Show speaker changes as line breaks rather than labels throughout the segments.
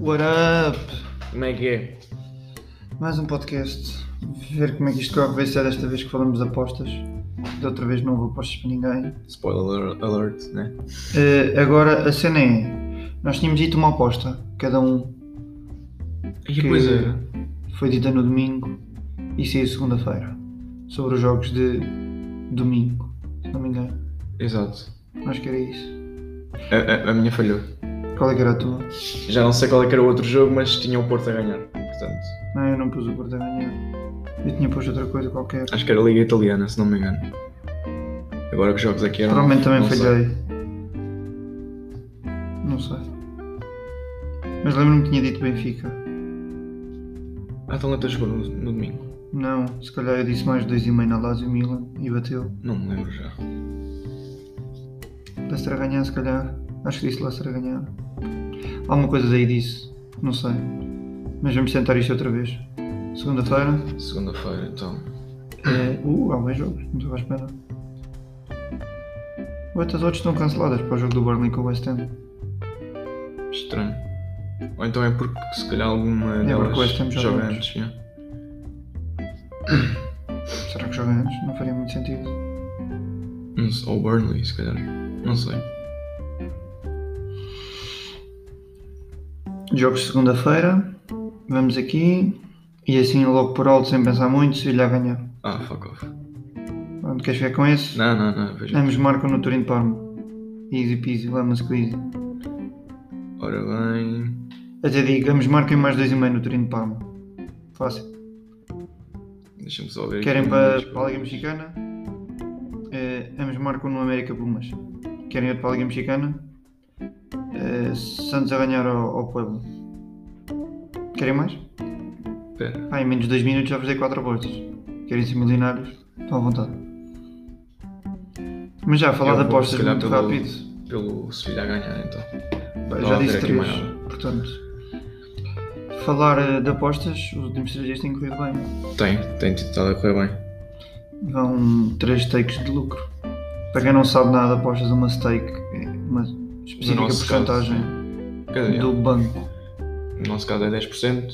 What up?
Como é que é?
Mais um podcast. Ver como é que isto corre, ver se é desta vez que falamos de apostas. De outra vez não houve apostas para ninguém.
Spoiler alert, né?
Eh, agora a cena é. Nós tínhamos dito uma aposta, cada um.
E eh, a coisa era?
Foi dita no domingo e saiu segunda-feira. Sobre os jogos de domingo, se não me engano.
Exato.
Acho que era isso.
A, a- a minha falhou.
Qual é que era a tua?
Já não sei qual é que era o outro jogo, mas tinha o Porto a ganhar. Portanto,
Não, eu não pus o Porto a ganhar. Eu tinha posto outra coisa qualquer.
acho que era a Liga Italiana, se não me engano. Agora que jogos aqui eram.
Provavelmente também
não sei.
falhei. Não sei. Mas lembro-me que tinha dito Benfica.
Ah, então até jogou no, no domingo.
Não, se calhar eu disse mais 2,5 na Lazio Milan e bateu.
Não me lembro já.
Leicester a ganhar, se calhar. Acho que disse Leicester a ganhar. Alguma coisa daí disse. Não sei. Mas vamos tentar isto outra vez. Segunda-feira.
Segunda-feira, então.
É... Uh, há mais jogos. Não estava à espera. Oito as outras estão canceladas para o jogo do Burnley com o West Ham.
Estranho. Ou então é porque se calhar alguma
É
delas
porque o West Ham joga
joga
antes.
antes. já.
Será que joga antes? Não faria muito sentido.
Não sei, ou Burnley, se calhar. Não sei.
Jogos de segunda-feira, vamos aqui e assim logo por alto, sem pensar muito, Sevilha a ganhar.
Ah, fuck off.
Onde queres ver com esse?
Não, não, não, veja.
Ambos marcam no Turim de Parma. Easy peasy, lemon squeezy.
Ora bem.
Até digo, ambos marcam mais 2,5 no Turim de Parma. Fácil.
Deixa-me só ver.
Querem
aqui um
para,
mais.
para a Liga Mexicana? Eh, ambos marcam no América Pumas. Querem outro para a Liga Mexicana? Eh, Santos a ganhar ao, ao Pueblo. Querem mais?
Espera.
Ah, em menos de 2 minutos já vos dei 4 apostas. Querem ser milionários? Estão à vontade. Mas já, falar
Eu
de
vou,
apostas
se calhar,
muito
pelo-
rápido.
Pelo Sevilha a ganhar, então.
Pá,
não
já
há de
disse
ter aqui
3.
mais nada.
Portanto, falar eh, de apostas, os últimos 3 dias têm corrido bem.
Tem, tem estado a correr bem.
Vão 3 takes de lucro. Para quem não sabe nada, apostas uma stake, é uma específica
nosso caso, É,
porcentagem
Quer dizer,
do banco.
no nosso caso é 10%,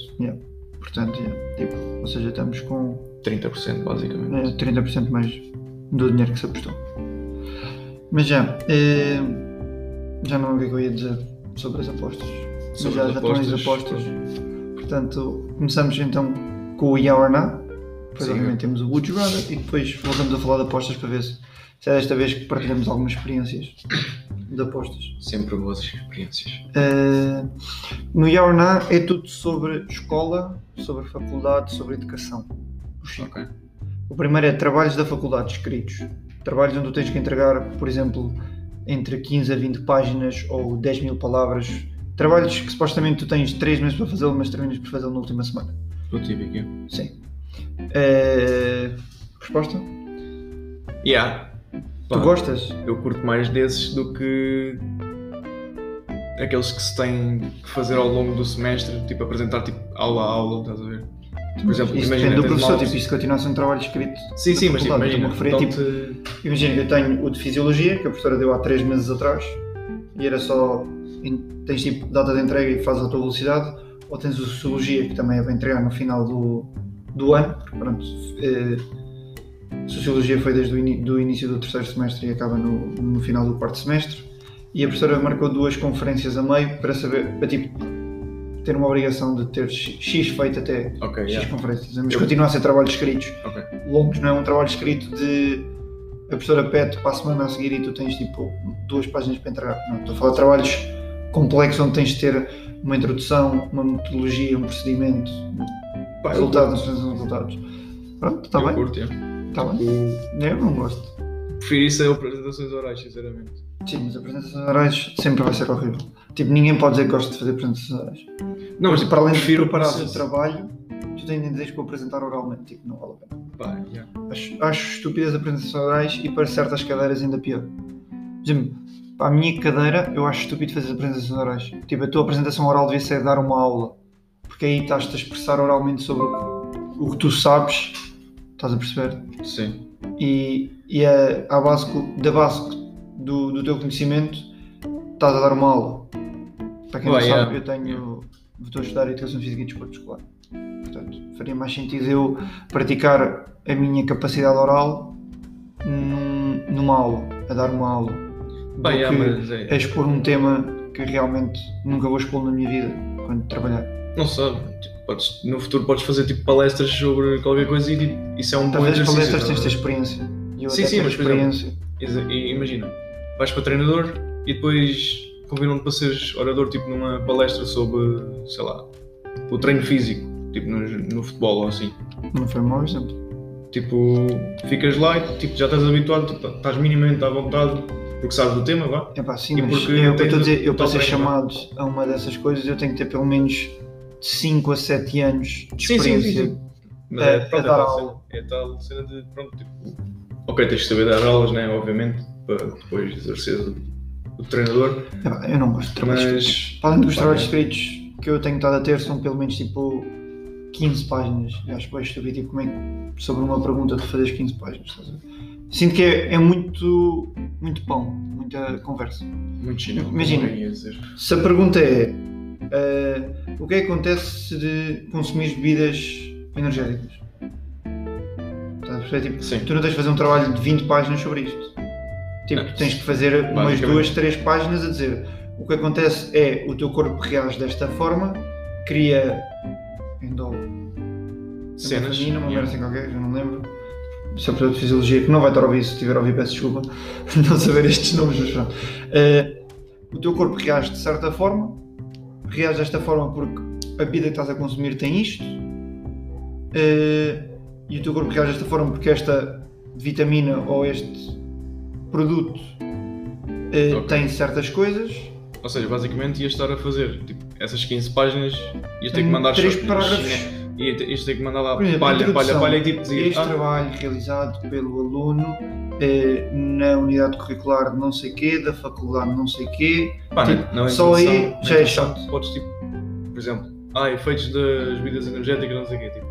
Portanto, é, tipo, ou seja, estamos com
30% basicamente.
É, 30% mais do dinheiro que se apostou. Mas já, eh, já não vi o que eu ia dizer sobre as apostas. Mas
Sobre
já,
as
já estão aí as
apostas.
apostas. Portanto, começamos então com o Yeah or Nah. Depois,
Sim.
obviamente, temos o Would You Rather e depois voltamos a falar de apostas para ver se, se é desta vez que partilhamos algumas experiências de apostas.
Sempre boas experiências.
Uh, no Yaorná é tudo sobre escola, sobre faculdade, sobre educação. O, Chico.
Ok.
O primeiro é trabalhos da faculdade escritos. Trabalhos onde tu tens que entregar, por exemplo, entre 15 a 20 páginas ou 10 mil palavras. Trabalhos que supostamente tu tens 3 meses para fazê-lo, mas terminas por fazê-lo na última semana.
O típico. é.
Sim. Uh, resposta?
Yeah. Pá,
Tu gostas?
Eu curto mais desses do que aqueles que se têm que fazer ao longo do semestre, tipo apresentar tipo aula a aula, estás a ver? Por exemplo,
isso
imagina,
depende do
tens
professor,
uma-
tipo, isto continua a ser um trabalho escrito.
Sim,
da
sim, mas
faculdade,
tipo, imagina.
eu estou-me a referir,
dão-te-
Imagina que eu tenho o de Fisiologia, que a professora deu há 3 meses atrás, e era só. em- tens tipo data de entrega e fazes a tua velocidade, ou tens o de Sociologia, que também é para entregar no final do, do ano, porque pronto. eh, Sociologia foi desde o ini- do início do terceiro semestre e acaba no, no final do quarto semestre. E a professora marcou duas conferências a meio para saber, para tipo, ter uma obrigação de ter X X feito até
Ok,
X
yeah.
conferências, mas
Eu-
continua a ser trabalhos escritos
Ok.
longos, não é um trabalho escrito de a professora pede para a semana a seguir e tu tens tipo duas páginas para entregar. Não, estou a falar de trabalhos complexos onde tens de ter uma introdução, uma metodologia, um procedimento,
Pá, eu
resultados, apresentação de resultados. Pronto, está
curto, eu
tá bem,
curto, yeah. Tipo,
está bem.
Eu-
Eu não gosto.
Prefiro isso a apresentações orais, sinceramente.
Sim, mas apresentações orais sempre vai ser horrível. Tipo, ninguém pode dizer que gosta de fazer apresentações orais.
Não, mas
Tipo, para além de
prefiro
preparar o
processos.
trabalho, tu tens de dizer que vou apresentar oralmente, tipo, não vale a pena.
Pá, yeah.
Acho, acho estúpidas apresentações orais e para certas cadeiras ainda pior. Por exemplo, para a minha cadeira eu acho estúpido fazer apresentações orais. Tipo, a tua apresentação oral devia ser dar uma aula. Porque aí estás-te a expressar oralmente sobre o que, o que tu sabes. Estás a perceber?
Sim.
E, e a, à base, co- da base do, do teu conhecimento estás a dar uma aula. Para quem
Oh,
não
yeah.
sabe, eu tenho estou a estudar Educação Física e Desporto Escolar. Portanto, faria mais sentido eu praticar a minha capacidade oral num- numa aula, a dar uma aula,
Bem,
do
é,
que
mas é-
a expor um tema que realmente nunca vou expor na minha vida quando trabalhar.
não sabe. tipo, podes- no futuro podes fazer tipo palestras sobre qualquer coisa e tipo, isso é um bom
Talvez as
exercício.
palestras tens de
estás a
ter
ver?
experiência. E eu
Sim,
até
sim,
ter
mas, por exemplo,
experiência.
Exa- e Imagina, vais para treinador e depois convidam-te para seres orador tipo numa palestra sobre, sei lá, o treino físico, tipo no, no futebol ou assim.
Não foi um mau exemplo.
Tipo, ficas lá e tipo, já estás habituado, tu tá- estás minimamente à vontade porque sabes do tema, vá.
É pá, sim,
E
mas
porque
eu, eu
tens
estou a dizer,
o-
eu
o
para
teu
ser
treino,
chamado a uma dessas coisas eu tenho que ter pelo menos 5 a 7 anos de
Sim, sim,
experiência.
sim, sim. Mas
É-
é, pronto,
é
é,
dar
tal
aula.
cena- é tal cena de, pronto, tipo, ok, tens de saber dar aulas, né, obviamente, para depois exercer o, o treinador,
É pá, eu não gosto de trabalhos escritos.
Então, mas...
Para além dos
Pá,
trabalhos
é.
escritos que eu tenho estado a ter são pelo menos tipo 15 páginas. E acho que estúpido tipo, como é que sobre uma pergunta tu fazes 15 páginas. estás a ver? Sinto que é, é muito, muito pão, muita conversa.
tipo Muito chinelo,
Imagina.
como eu ia dizer.
Se a pergunta é eh, o que é que acontece se de consumir bebidas energéticas? Estás a perceber? Tipo,
Sim.
tu não tens de fazer um trabalho de 20 páginas sobre isto. Tipo,
Não.
tu tens de fazer umas
Basicamente.
duas, três páginas a dizer o que acontece é o teu corpo reage desta forma, cria endol,
cenas. é,
uma
yeah.
merda assim qualquer, já não lembro. Se a pessoa de fisiologia que não vai estar a ouvir, se estiver a ouvir, peço desculpa por não saber estes nomes, mas pronto. Eh, o teu corpo reage de certa forma, reage desta forma porque a bebida que estás a consumir tem isto, eh, e o teu corpo reage desta forma porque esta vitamina ou este produto eh,
Ok.
tem certas coisas.
Ou seja, basicamente ias estar a fazer tipo, essas 15 páginas, ias ter que mandar
Hum, três
só-
parágrafos.
Ias ter- ias ter que mandar lá
Por exemplo,
palha, palha,
introdução.
palha e tipo dizer.
Este
Ah,
trabalho realizado pelo aluno eh, na unidade curricular de não sei quê, da faculdade de não sei quê.
pá,
tipo,
na- na
só aí
introdução- né, na
já é
introdução
chato.
Podes tipo, por exemplo, ah, efeitos das bebidas energéticas, não sei o quê. Tipo,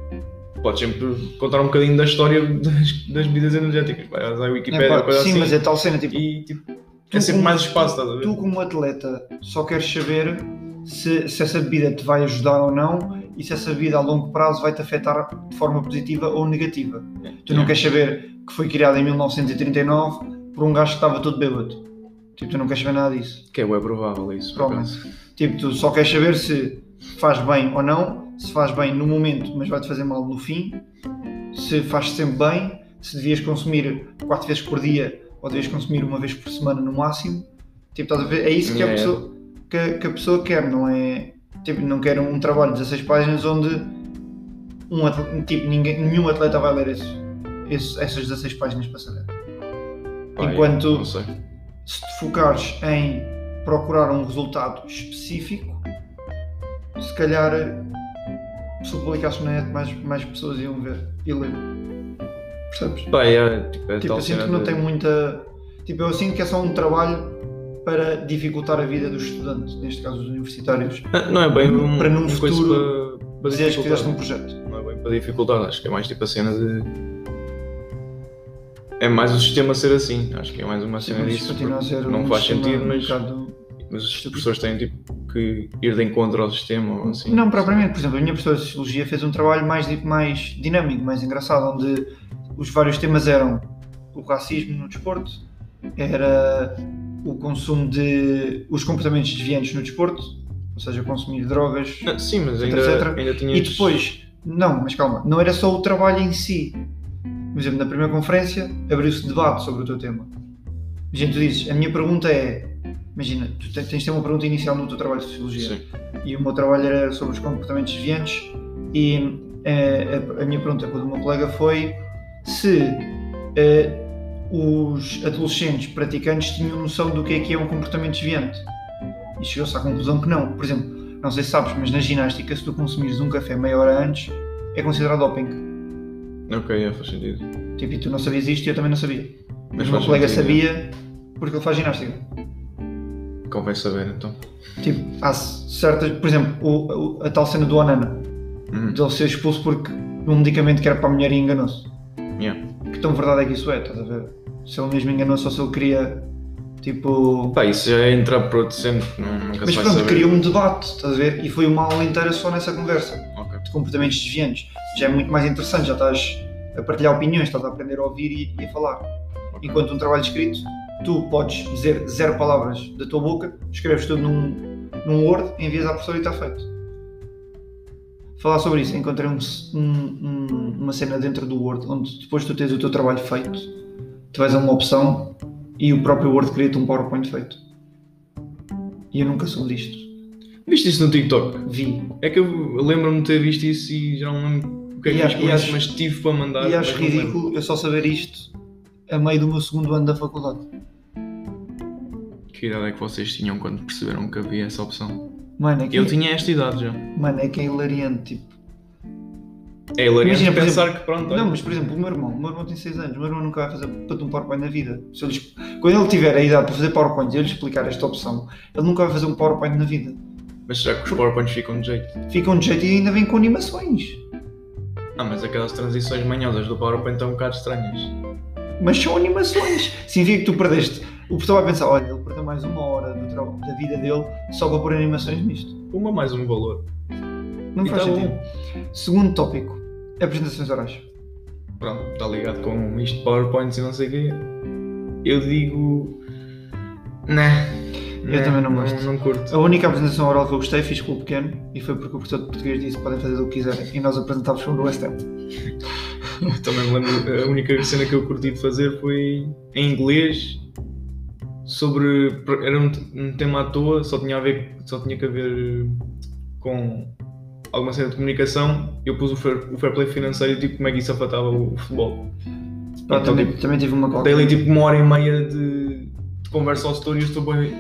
podes sempre contar um bocadinho da história das, das bebidas energéticas. Vai à Wikipedia,
Epá,
ou coisa
sim,
assim.
mas é tal cena, tipo,
E tipo,
Tu
é sempre
como-
mais espaço, estás a ver?
tu como atleta só queres saber se, se essa bebida te vai ajudar ou não e se essa bebida a longo prazo vai te afetar de forma positiva ou negativa. Tu não
Yeah.
queres saber que foi criada em 1939 por um gajo que estava todo bêbado. Tipo, tu não queres saber nada disso.
Que é bem provável isso. por
Provavelmente.
acaso.
Tipo, tu só queres saber se faz bem ou não, se faz bem no momento, mas vai-te fazer mal no fim, se faz sempre bem, se devias consumir quatro vezes por dia ou devias consumir uma vez por semana no máximo. Tipo, estás a ver? É isso que, a,
Yeah.
pessoa, que, a- que a pessoa quer, não é? Tipo, não quer um trabalho de 16 páginas onde um atleta, tipo, ninguém, nenhum atleta vai ler esse, esse- essas 16 páginas para saber.
Pá,
Enquanto-
eu Não sei.
se te focares em procurar um resultado específico, se calhar eh, se publicasse na net mais, mais pessoas iam ver e ler. Percebes?
Pá, é, tipo, é
tipo,
tal
eu sinto
cena
que não
de-
tem muita. Tipo, eu sinto que é só um trabalho para dificultar a vida dos estudantes, neste caso dos universitários.
Não, Não é bem um,
Para num
uma coisa
futuro
para, para
Dizeres que
dificultar.
fizeste um projeto.
Não é bem para dificultar, acho que é mais tipo a cena de. É mais o sistema ser assim, acho que é mais uma cena
Mas Tipo, isso
disso.
continua a ser
não
um
faz
sistema
sentido,
um
mas-
bocado-
porque- Mas os professores têm tipo que ir de encontro ao sistema ou assim.
Não, propriamente. Por exemplo, a minha professora de Sociologia fez um trabalho mais, di- mais dinâmico, mais engraçado, onde os vários temas eram o racismo no desporto, era o consumo de... os comportamentos desviantes no desporto, ou seja, consumir drogas,
Não, Ah, sim, mas ainda,
Etc, etc.
ainda tinhas.
e depois, não, mas calma, não era só o trabalho em si. Por exemplo, na primeira conferência abriu-se debate sobre o teu tema. Imagina, tu dizes, a minha pergunta é, imagina, tu te- tens de ter uma pergunta inicial no teu trabalho de Sociologia
Sim.
e o meu trabalho era sobre os comportamentos desviantes e eh, a, a minha pergunta com a do meu colega foi se eh, os adolescentes praticantes tinham noção do que é que é um comportamento desviante e chegou-se à conclusão que não por exemplo, não sei se sabes, mas na ginástica se tu consumires um café meia hora antes é considerado doping
Ok, é, faz sentido.
tipo, e tu não sabias isto e eu também não sabia mas o meu
faz
colega
sentido,
sabia porque ele faz ginástica
é. Convém saber então.
tipo, há certas por exemplo, o- o- a tal cena do Onana
Uhum.
dele ser expulso porque um medicamento que era para a mulher e enganou-se.
Yeah.
Que tão verdade é que isso é, estás a ver? Se ele mesmo enganou-se ou se ele queria Tipo.
Pá, isso já é entrar para outro sempre, não, nunca
Mas
se vai
pronto,
saber.
criou um debate, estás a ver? E foi uma aula inteira só nessa conversa,
Ok.
de comportamentos desviantes. Já é muito mais interessante, já estás a partilhar opiniões, estás a aprender a ouvir e, e a falar.
ok.
Enquanto um trabalho escrito, tu podes dizer zero palavras da tua boca, escreves tudo num, num Word, envias à professora e está feito. Falar sobre isso, encontrei um- um- um- uma cena dentro do Word, onde depois tu tens o teu trabalho feito, tu vais a uma opção e o próprio Word cria-te um PowerPoint feito. E eu nunca soube disto.
Viste isso no TikTok?
Vi.
É que eu lembro-me de ter visto isso e já não lembro o que é que
E a-
fiz com
e
isso,
acho-
mas tive para mandar.
E acho
mas não lembro.
ridículo eu só saber isto a meio do meu segundo ano da faculdade.
Que idade é que vocês tinham quando perceberam que havia essa opção?
Mano, é que,
Eu tinha esta idade já.
mano, é, que é hilariante. Tipo.
É hilariante
Imagina, por
pensar que pronto, olha,
Não, mas por exemplo, o meu irmão, o meu irmão tem 6 anos, o meu irmão nunca vai fazer puto um PowerPoint na vida. Se eu lhe- Quando ele tiver a idade para fazer PowerPoint e eu lhe explicar esta opção, ele nunca vai fazer um PowerPoint na vida.
mas será que os PowerPoints ficam de jeito?
Ficam de jeito e ainda vem com animações.
Ah, mas aquelas transições manhosas do PowerPoint estão um bocado estranhas.
Mas são animações. Significa que tu perdeste. O pessoal vai pensar, olha, ele perdeu mais uma hora do tra- da vida dele só para pôr animações nisto.
Uma mais um valor.
Não
E
faz
tá
sentido.
bom.
Segundo tópico, apresentações orais.
Pronto, está ligado com isto de PowerPoints e não sei o quê. Eu digo. Né.
Eu também não gosto.
Não, curto.
A única apresentação oral que eu gostei fiz com o pequeno e foi porque o professor de português disse podem fazer o que quiserem e nós apresentávamos sobre o West Ham.
Eu também me lembro. A única cena que eu curti de fazer foi em inglês. Sobre. Era um, um tema à toa, só tinha a ver. Só tinha que haver com alguma cena de comunicação. Eu pus o fair, o fair play financeiro e tipo como é que isso afetava o futebol.
Pá,
Então,
também, também tive uma
Dei
qualquer.
ali tipo uma hora e meia de, de conversa ao setor e eu estou bem.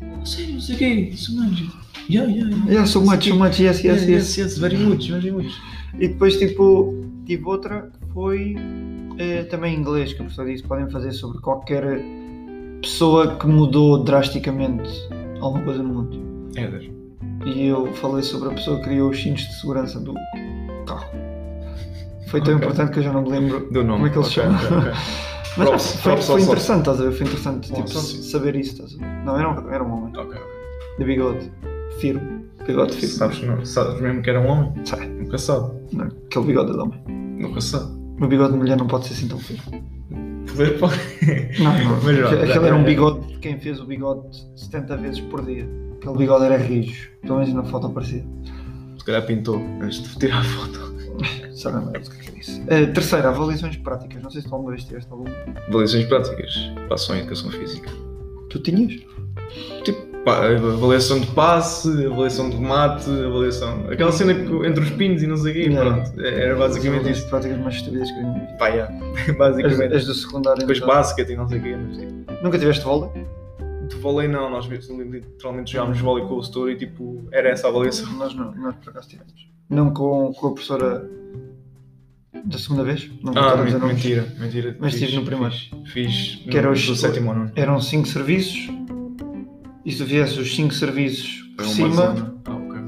Não sei, Ah, não sei o quê, isso manja. Yeah, yeah, yeah.
Yeah, so much, so much, yes,
É,
yes, yes.
yes, very much, very much.
E depois tipo, tive outra que foi eh, também em inglês, que o professor disse podem fazer sobre qualquer pessoa que mudou drasticamente alguma coisa no mundo.
Éder.
E eu falei sobre a pessoa que criou os cintos de segurança do carro. Foi tão
Ok.
importante que eu já não me lembro
Do nome.
Como é que ele se
Ok,
chama?
ok, ok.
Mas
Props,
não, foi,
props
foi
ao Sol.
interessante, estás a ver? Foi interessante tipo,
Props ao Sol.
saber isso. Estás a ver? Não, era um, era um homem.
Ok, ok.
De bigode. Firme. Bigode firme.
Sabes, não, sabes mesmo que era um homem?
Sei.
Nunca sabe.
Não, aquele bigode é de homem.
Nunca sabe.
O bigode de mulher não pode ser assim tão firme.
Poder pode.
Não, não.
Mas,
Aquele
já,
aquele
já,
era
já.
um bigode de quem fez o bigode 70 vezes por dia. Aquele bigode era rijo. Pelo menos na foto aparecia.
Se calhar pintou antes de tirar a foto.
Sabe a merda do que é isso. Uh, terceira, avaliações práticas. Não sei se tu alguma vez tiveste alguma.
Avaliações práticas. Passam em educação física.
Tu tinhas?
Tipo, pá, avaliação de passe, avaliação de mate, avaliação. Aquela cena que- entre os pinos e não sei o quê.
Yeah.
Pronto, é- era basicamente
Avaliações
isso.
práticas mais estúpidas que eu vi.
Pá, yeah.
As,
basicamente. é
as do secundário.
Depois
não.
basquete e não sei o quê, mas tipo,
Nunca tiveste volta?
de vôlei não, nós literalmente jogámos
Uhum.
vôlei com o setor e tipo, era essa a avaliação.
Nós não, nós por acaso tivemos. Não com, com a professora da segunda vez? Não vou
Ah,
estar a
men-
dizer nomes.
mentira, mentira.
Mas tive no primeiro.
Fiz, fiz
Que era
no,
os-
do sétimo ou nono.
Eram cinco serviços. E se tu fizesse os cinco serviços por
Foi uma
cima
zona. Ah, ok.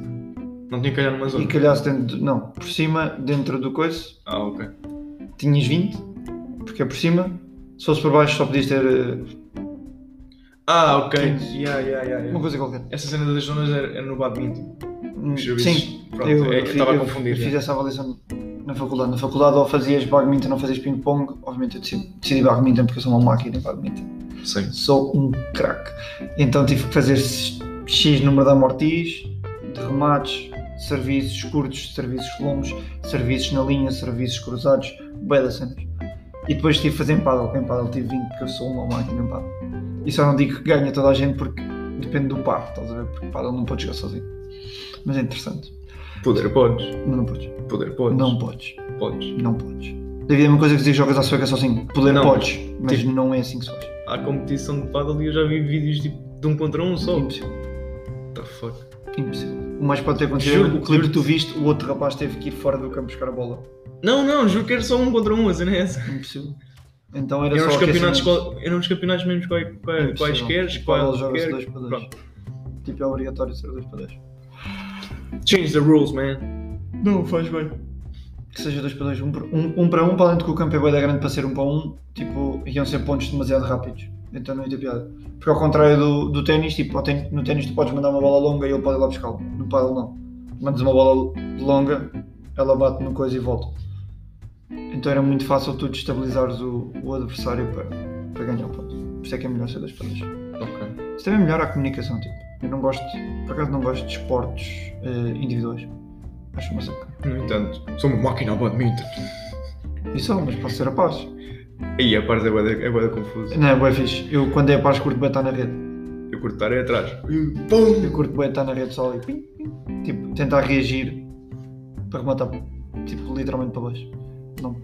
Não tinha que olhar numa
e
zona.
calhasse dentro. do- não, por cima, dentro do coice,
Ah, ok.
tinhas 20, porque é por cima. Se fosse por baixo, só podias ter eh,
Ah, ok.
Quinze.
Yeah, yeah, yeah,
uma
yeah.
coisa qualquer.
Essa cena das zonas era, era no badminton.
Hum,
Os serviços.
Sim,
Um Pronto, é que eu estava a confundir.
eu fiz
já.
essa avaliação na faculdade. Na faculdade, ou fazias badminton ou fazias ping-pong. Obviamente, eu decidi, decidi badminton porque eu sou uma máquina em badminton.
Sim.
sou um craque. Então tive que fazer X número de amortis, de remates, serviços curtos, serviços longos, serviços na linha, serviços cruzados, bué das cenas. E depois tive que fazer em paddle, em paddle tive 20 porque eu sou uma máquina em paddle. E só não digo que ganha toda a gente porque depende do par, estás a ver? Porque paddle não pode jogar sozinho. Mas é interessante.
Poder podes.
Não, não podes.
Poder podes.
Não podes.
Podes.
Não podes. David, é uma coisa que dizer jogas à sueca sozinho. Poder
Não.
podes, mas
Tipo-
não é assim que se faz.
Há competição de paddle e eu já vi vídeos tipo de um contra um só. What
Impossível.
the fuck?
Impossível. O mais pode ter acontecido
Juro,
é que o clipe
juro.
que tu viste, o outro rapaz teve que ir fora do campo buscar a bola.
Não, não, juro que era só um contra um, a cena é essa.
Impossível. Então era só
Eram os, campeonatos,
aquecimento.
qual- eram os campeonatos mesmo quais, quais,
Impossível.
quaisquer,
Qual joga-se
qualquer.
2 para 2. Tipo, é obrigatório ser 2 para 2.
Change the rules, man.
Não, faz bem. Que seja 2 para 2. 1 um, para 1, um, um para um, para além de que o campo é bué da grande para ser 1 um para 1, um, tipo, iam ser pontos demasiado rápidos. então não ia ter piada. Porque ao contrário do, do ténis, tipo, ao tén- no ténis tu podes mandar uma bola longa e ele pode ir lá buscá-la. No paddle não. Mandas uma bola longa, ela bate no coisa e volta. Então era muito fácil tu destabilizares o, o adversário para, para ganhar o ponto. Por isso é que é melhor ser das pontas.
Ok.
Isso também melhora a comunicação, tipo. Eu não gosto, por acaso não gosto de esportes eh, individuais. Acho uma saca.
No entanto, sou uma máquina ao badminton.
Isso, é um, mas posso ser a paz.
Aí a parte é bué da- é bué da confusa.
Não, é bué fixe. Eu quando é a paz curto bem estar na rede.
Eu curto estar aí atrás.
Eu curto bem estar na rede só ali. pim, pim. Tipo, tentar reagir para rematar, tipo, literalmente para baixo. Não,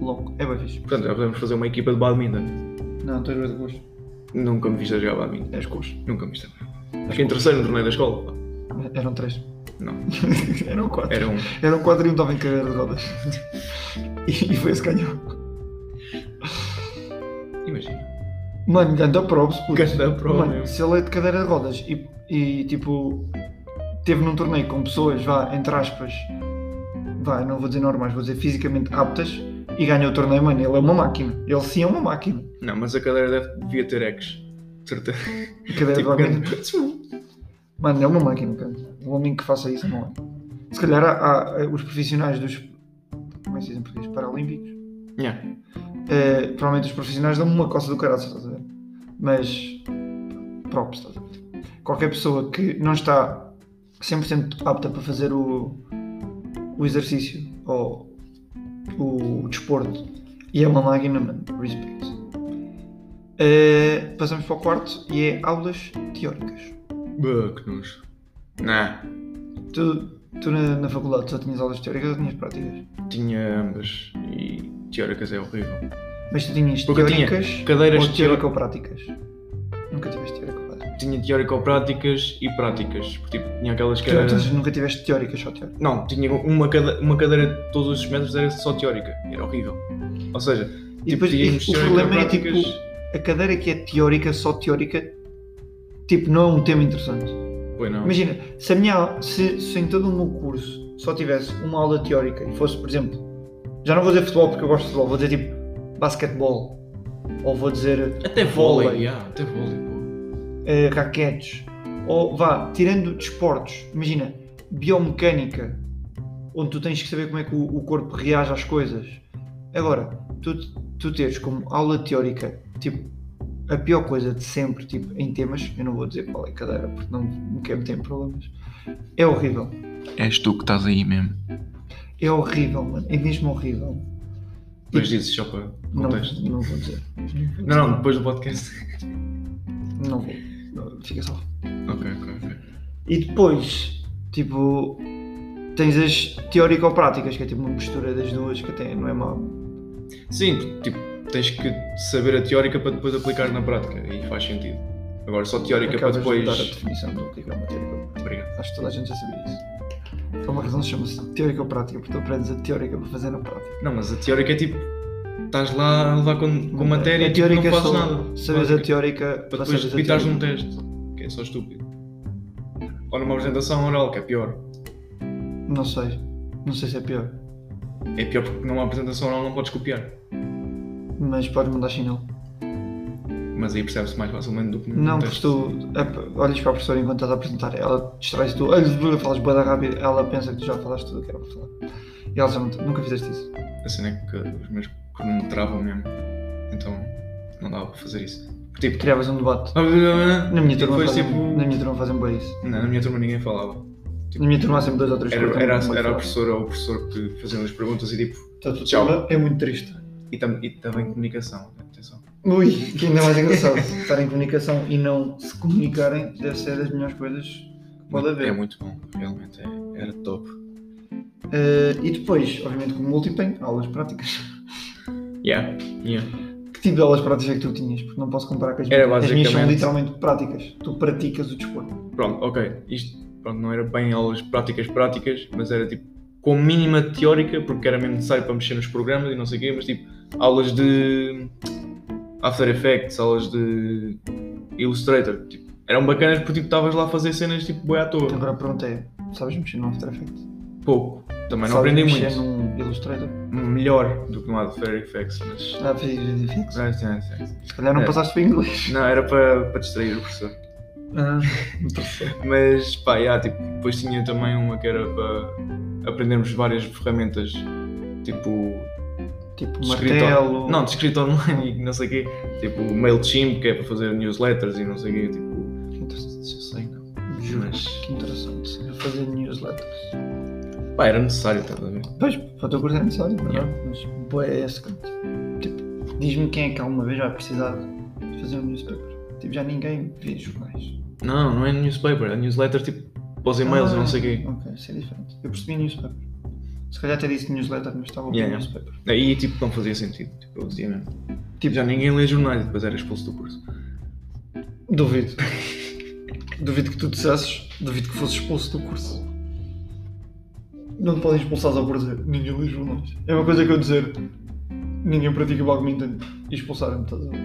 louco. É bem fixe.
Portanto, já podemos fazer uma equipa de badminton.
Não, tu és de gosto.
Nunca me viste a jogar badminton.
És coxo.
Nunca me viste a jogar. Fiquei em terceiro no torneio da escola.
Eram três.
Não,
Eram quatro.
era um.
Eram quatro e um estava em cadeira de rodas. E, e foi esse que ganhou.
Imagina.
Mano, ganda props, puto.
Ganda prova
Mano,
mesmo.
se ele é de cadeira de rodas e, e tipo, teve num torneio com pessoas, vá, entre aspas, vá, não vou dizer normais, vou dizer fisicamente aptas e ganhou o torneio, mano, ele é uma máquina. Ele sim é uma máquina.
Não, mas a cadeira deve, devia ter ex. De certeza.
Cadeira de
Tipo,
rodas.
grande-
Mano, é uma máquina, cara. Um homem que faça isso não é. Se calhar há, há, eh, os profissionais dos. Como é que se diz em português? Paralímpicos.
Yeah.
Eh, provavelmente os profissionais dão-me uma coça do caraças, estás a ver? Mas. Props, estás a ver? Qualquer pessoa que não está 100% apta para fazer o, o exercício ou o desporto e é uma máquina, mano, respect. Eh, passamos para o quarto e é aulas teóricas.
Bah, que nojo. Nah,
Tu, tu na, na faculdade só tinhas aulas teóricas ou tinhas práticas?
tinha ambas. E teóricas é horrível.
Mas tu tinhas
Porque eu tinha
teóricas
cadeiras
ou teórica ou práticas? Nunca tiveste teórica ou prática?
Tinha teórico-práticas e práticas. Porque tipo, tinha aquelas que
Tu
era...
tu nunca tiveste teóricas, só teóricas.
Não, tinha uma cadeira, uma cadeira de todos os semestres era só teórica. Era horrível. Ou seja,
E depois e-
Tipo, tínhamos
o problema é tipo,
teórico-práticas-
a cadeira que é teórica, só teórica, tipo, não é um tema interessante.
Pois não.
Imagina, se, a minha, au- se, se em todo o meu curso só tivesse uma aula teórica e fosse, por exemplo, já não vou dizer futebol porque eu gosto de futebol, vou dizer tipo basquetebol, ou vou dizer
Até
vôlei.
vôlei, yeah, até vôlei, pô.
eh, raquetes, ou vá, tirando desportos, imagina, biomecânica, onde tu tens que saber como é que o, o corpo reage às coisas. Agora, tu, tu teres como aula teórica, tipo, a pior coisa de sempre, tipo, em temas, eu não vou dizer qual é a cadeira, porque não me quero meter em problemas, é horrível.
És tu que estás aí mesmo.
É horrível, mano, é mesmo horrível.
Depois dizes só para
Não,
contexto.
não vou dizer,
Não, não, depois do podcast.
não vou, Não, fica só.
ok, ok, ok.
E depois, tipo, tens as teórico-práticas, que é tipo uma mistura das duas, que até não é mau.
Sim, porque, tipo, tens que saber a teórica para depois aplicar na prática. E faz sentido. Agora só teórica
Acabas
para
de dar a
depois.
definição do que é uma teórico.
Obrigado.
Acho que toda a gente já sabia isso. Há uma razão que chama-se teórico-prática, porque tu aprendes a teórica para fazer na prática.
Não, mas a teórica é tipo. Estás lá a levar com, com matéria e tipo, não
é
fazes
só
nada.
Sabes a teórica
Para
para
depois
saberes a
repitares num
teórica.
teste. Que é só estúpido. Ou numa apresentação oral, que é pior. um
Não sei. Não sei se é pior.
É pior porque numa apresentação oral não podes copiar.
Mas podes mandar chinelo.
Mas aí percebe-se mais facilmente do que num
Não, porque
teste.
tu ap- olhas para a professora enquanto estás a apresentar, ela distrai-se, tu olhas de falas boa rápido, ela pensa que tu já falaste tudo o que era para falar. E ela já não- nunca fizeste isso.
a cena é que os meus cronometravam mesmo. Então não dava para fazer isso. Porque, Tipo,
Criavas um debate. Na minha
E
turma
depois,
fazem,
tipo-
na minha turma fazem bem isso.
não, na minha turma ninguém falava.
Na minha turma há sempre dois ou três
Tipo, Era, era,
que
a-
não
era a
vão falar.
professora ou o professor que faziam as perguntas e tipo,
Então, tu-
Tchau.
É muito triste.
e, tam, e também comunicação. Atenção.
Ui, que ainda mais engraçado. Estar em comunicação e não se comunicarem deve ser das melhores coisas que pode haver.
É muito bom, realmente é- era top.
Eh, e depois, obviamente, como último, tem aulas práticas.
Yeah, yeah.
Que tipo de aulas práticas é que tu tinhas? Porque não posso comparar com as
Era
minhas. As minhas são
basicamente-
literalmente práticas. Tu praticas o desporto.
Pronto, ok. Isto pronto, não era bem aulas práticas práticas, mas era tipo com mínima teórica, porque era mesmo necessário para mexer nos programas e não sei o quê, mas tipo aulas de After Effects, aulas de Illustrator, tipo,
Então,
eram bacanas porque tipo estavas lá a fazer cenas tipo boi à toa.
Agora a pergunta é: sabes mexer no After Effects?
pouco. Também não
Sabes
aprendi
mexer
muito.
num Illustrator?
Melhor do que no Adobe Effects, mas.
Ah, fiz VFX.
Ah, sim, sim.
Se calhar não
É.
passaste para inglês.
Não, era para, para distrair o professor.
Ah,
Mas pá, yeah, tipo, depois tinha também uma que era para aprendermos várias ferramentas, tipo
tipo
de
martelo.
Não, de escrita online e não sei o quê. Tipo MailChimp, que é para fazer newsletters e não sei o quê. Tipo,
Que interessante, eu sei, não.
mas
Que interessante. Eu fazer newsletters.
pá, era necessário, estás a ver?
Pois, para o teu curso é necessário, não é?
Yeah.
Mas boa é esse canto. Tipo, diz-me quem é que alguma vez vai precisar de fazer um newspaper. Tipo, já ninguém vê jornais. Ah,
Não, não é newspaper, é newsletter tipo para os e-mails e não sei o quê.
Ok, isso é diferente. Eu percebi newspaper. Se calhar até disse newsletter, mas estava a ouvir
Yeah, yeah.
newspaper.
Aí tipo não fazia sentido, tipo, eu dizia mesmo. Tipo, já ninguém lê jornais e depois era expulso do curso.
Duvido. duvido que tu dissesses, duvido que fosses expulso do curso. Não te podem expulsar só por dizer ninguém lê jornais. É uma coisa que eu dizer ninguém pratica badminton e expulsaram-me, estás a ver?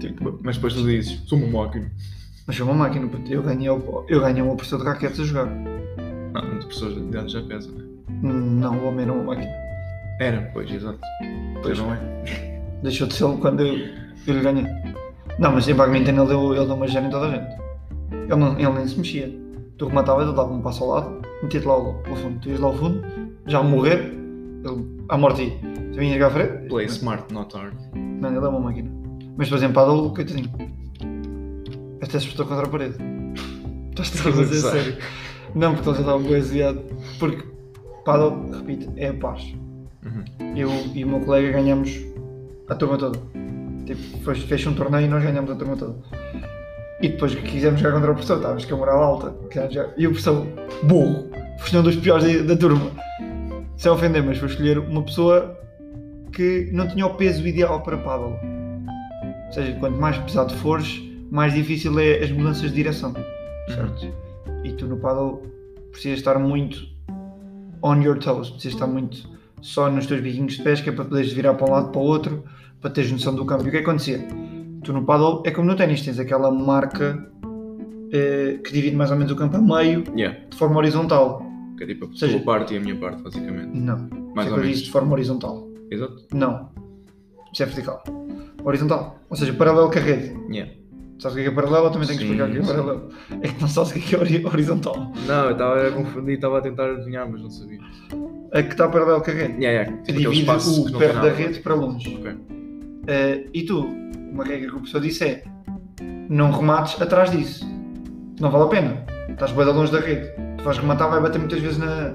Tipo,
Mas depois tu dizes, sou uma máquina.
mas foi uma máquina, puto. eu ganhei, ao- eu ganhei uma professora de raquetes a jogar.
Não, muitas pessoas de idade já pesam, né?
Hum, Não, o homem era uma máquina.
Era, pois, exato. Pois não é.
Deixou de ser quando eu, eu lhe ganhei. Não, mas em badminton ele deu, ele deu uma gera em toda a gente. Ele, não- ele nem se mexia. Tu rematavas, ele dava um passo ao lado, metia-te lá ao, ao fundo. Tu ias lá ao fundo, já a morrer, ele a morte. Tu vinhas cá à frente,
Play smart, not hard.
não, ele é uma máquina. Mas por exemplo, paddle, coitadinho. Até se espetou contra a parede. Estás-te a
Estás a
fazer
gozar.
sério. Não, porque ele já estava bem aziado. um Porque paddle, repito, é a paz.
Uhum.
eu e o meu colega ganhamos a turma toda. Tipo, foi- fez um torneio e nós ganhamos a turma toda. E depois que quisemos jogar contra o professor, estávamos com a moral alta. quisemos jogar- E o professor, burro, foi um dos piores da, da turma. Sem ofender, mas foi escolher uma pessoa que não tinha o peso ideal para paddle. Ou seja, quanto mais pesado fores, mais difícil é as mudanças de direção. Certo? E tu no paddle precisas estar muito on your toes, precisas estar muito só nos teus biquinhos de pesca para poderes virar para um lado para o outro, para teres noção do campo. E o que acontecia? Tu no paddle é como no ténis, tens aquela marca eh, que divide mais ou menos o campo a meio
Yeah,
de forma horizontal.
que é tipo a tua
seja-
parte e a minha parte, basicamente.
Não,
Mais
isso é
ou
que eu
menos.
disse de forma horizontal.
Exato.
Não, isso é vertical. Horizontal, ou seja, paralelo com a rede.
Yeah.
Sabes o que é que é paralelo? Eu também tenho que
Sim,
explicar o que é
sim.
paralelo. É que não sabes o que é que é hori- horizontal.
Não, eu estava a confundir, estava a tentar adivinhar, mas não sabia.
É que está paralelo com a rede.
Yeah, yeah.
Que
aquele
divide
espaço que
o
não tem
perto da
nada.
rede para longe.
Ok.
Eh, e tu, uma regra que o professor disse é não remates atrás disso. Não vale a pena. Estás bem longe da rede. Tu vais rematar, vai bater muitas vezes na,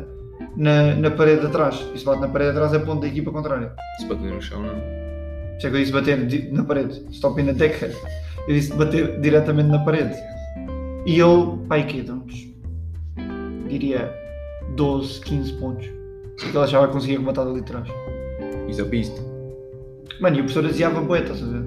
na, na parede de atrás. E se bate na parede de atrás é ponto da equipa contrária.
Se bater no chão, não.
Por isso é que eu disse bater di- na parede. Stop in a deck. Eu disse bater diretamente na parede. E eu, pai que de uns, diria 12, 15 pontos. Porque ele achava que conseguia rematar dali atrás.
Isso é pista.
Mano, e o professor adiava boeta, estás a ver?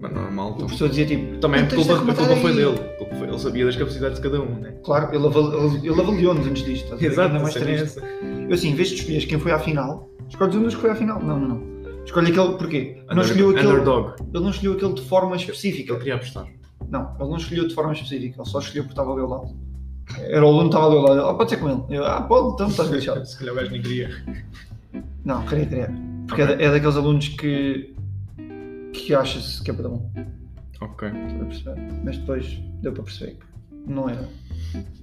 Mas normal.
O
Então.
professor dizia tipo.
Também
"Não
a
tens de
culpa, a
arrematar
culpa foi
aí."
dele. A culpa foi- Ele sabia das capacidades de cada um, né?
Claro, ele, avali- ele- ele avaliou-nos antes disto. estás a ver?
Exato,
Ainda mais
a cena é
triste.
essa.
Eu assim, em vez de escolheres quem foi à final, escolhes um dos que foi à final. Não, não, não. Escolhe aquele, porquê? Não
Under-
escolheu aquele, ele
Underdog.
não escolheu aquele de forma
Que ele
específica.
queria apostar.
Não, ele não escolheu de forma específica, ele só escolheu porque estava ali ao lado. Era o aluno que estava ali ao lado. Ele, Ah, pode ser com ele. Eu, ah, pode, então estás deixado.
Se calhar o gajo nem queria.
Não, queria, queria. Porque é, da- é daqueles alunos que. que acha-se que é para dar bom.
Ok.
Estás a perceber? Mas depois deu para perceber que não era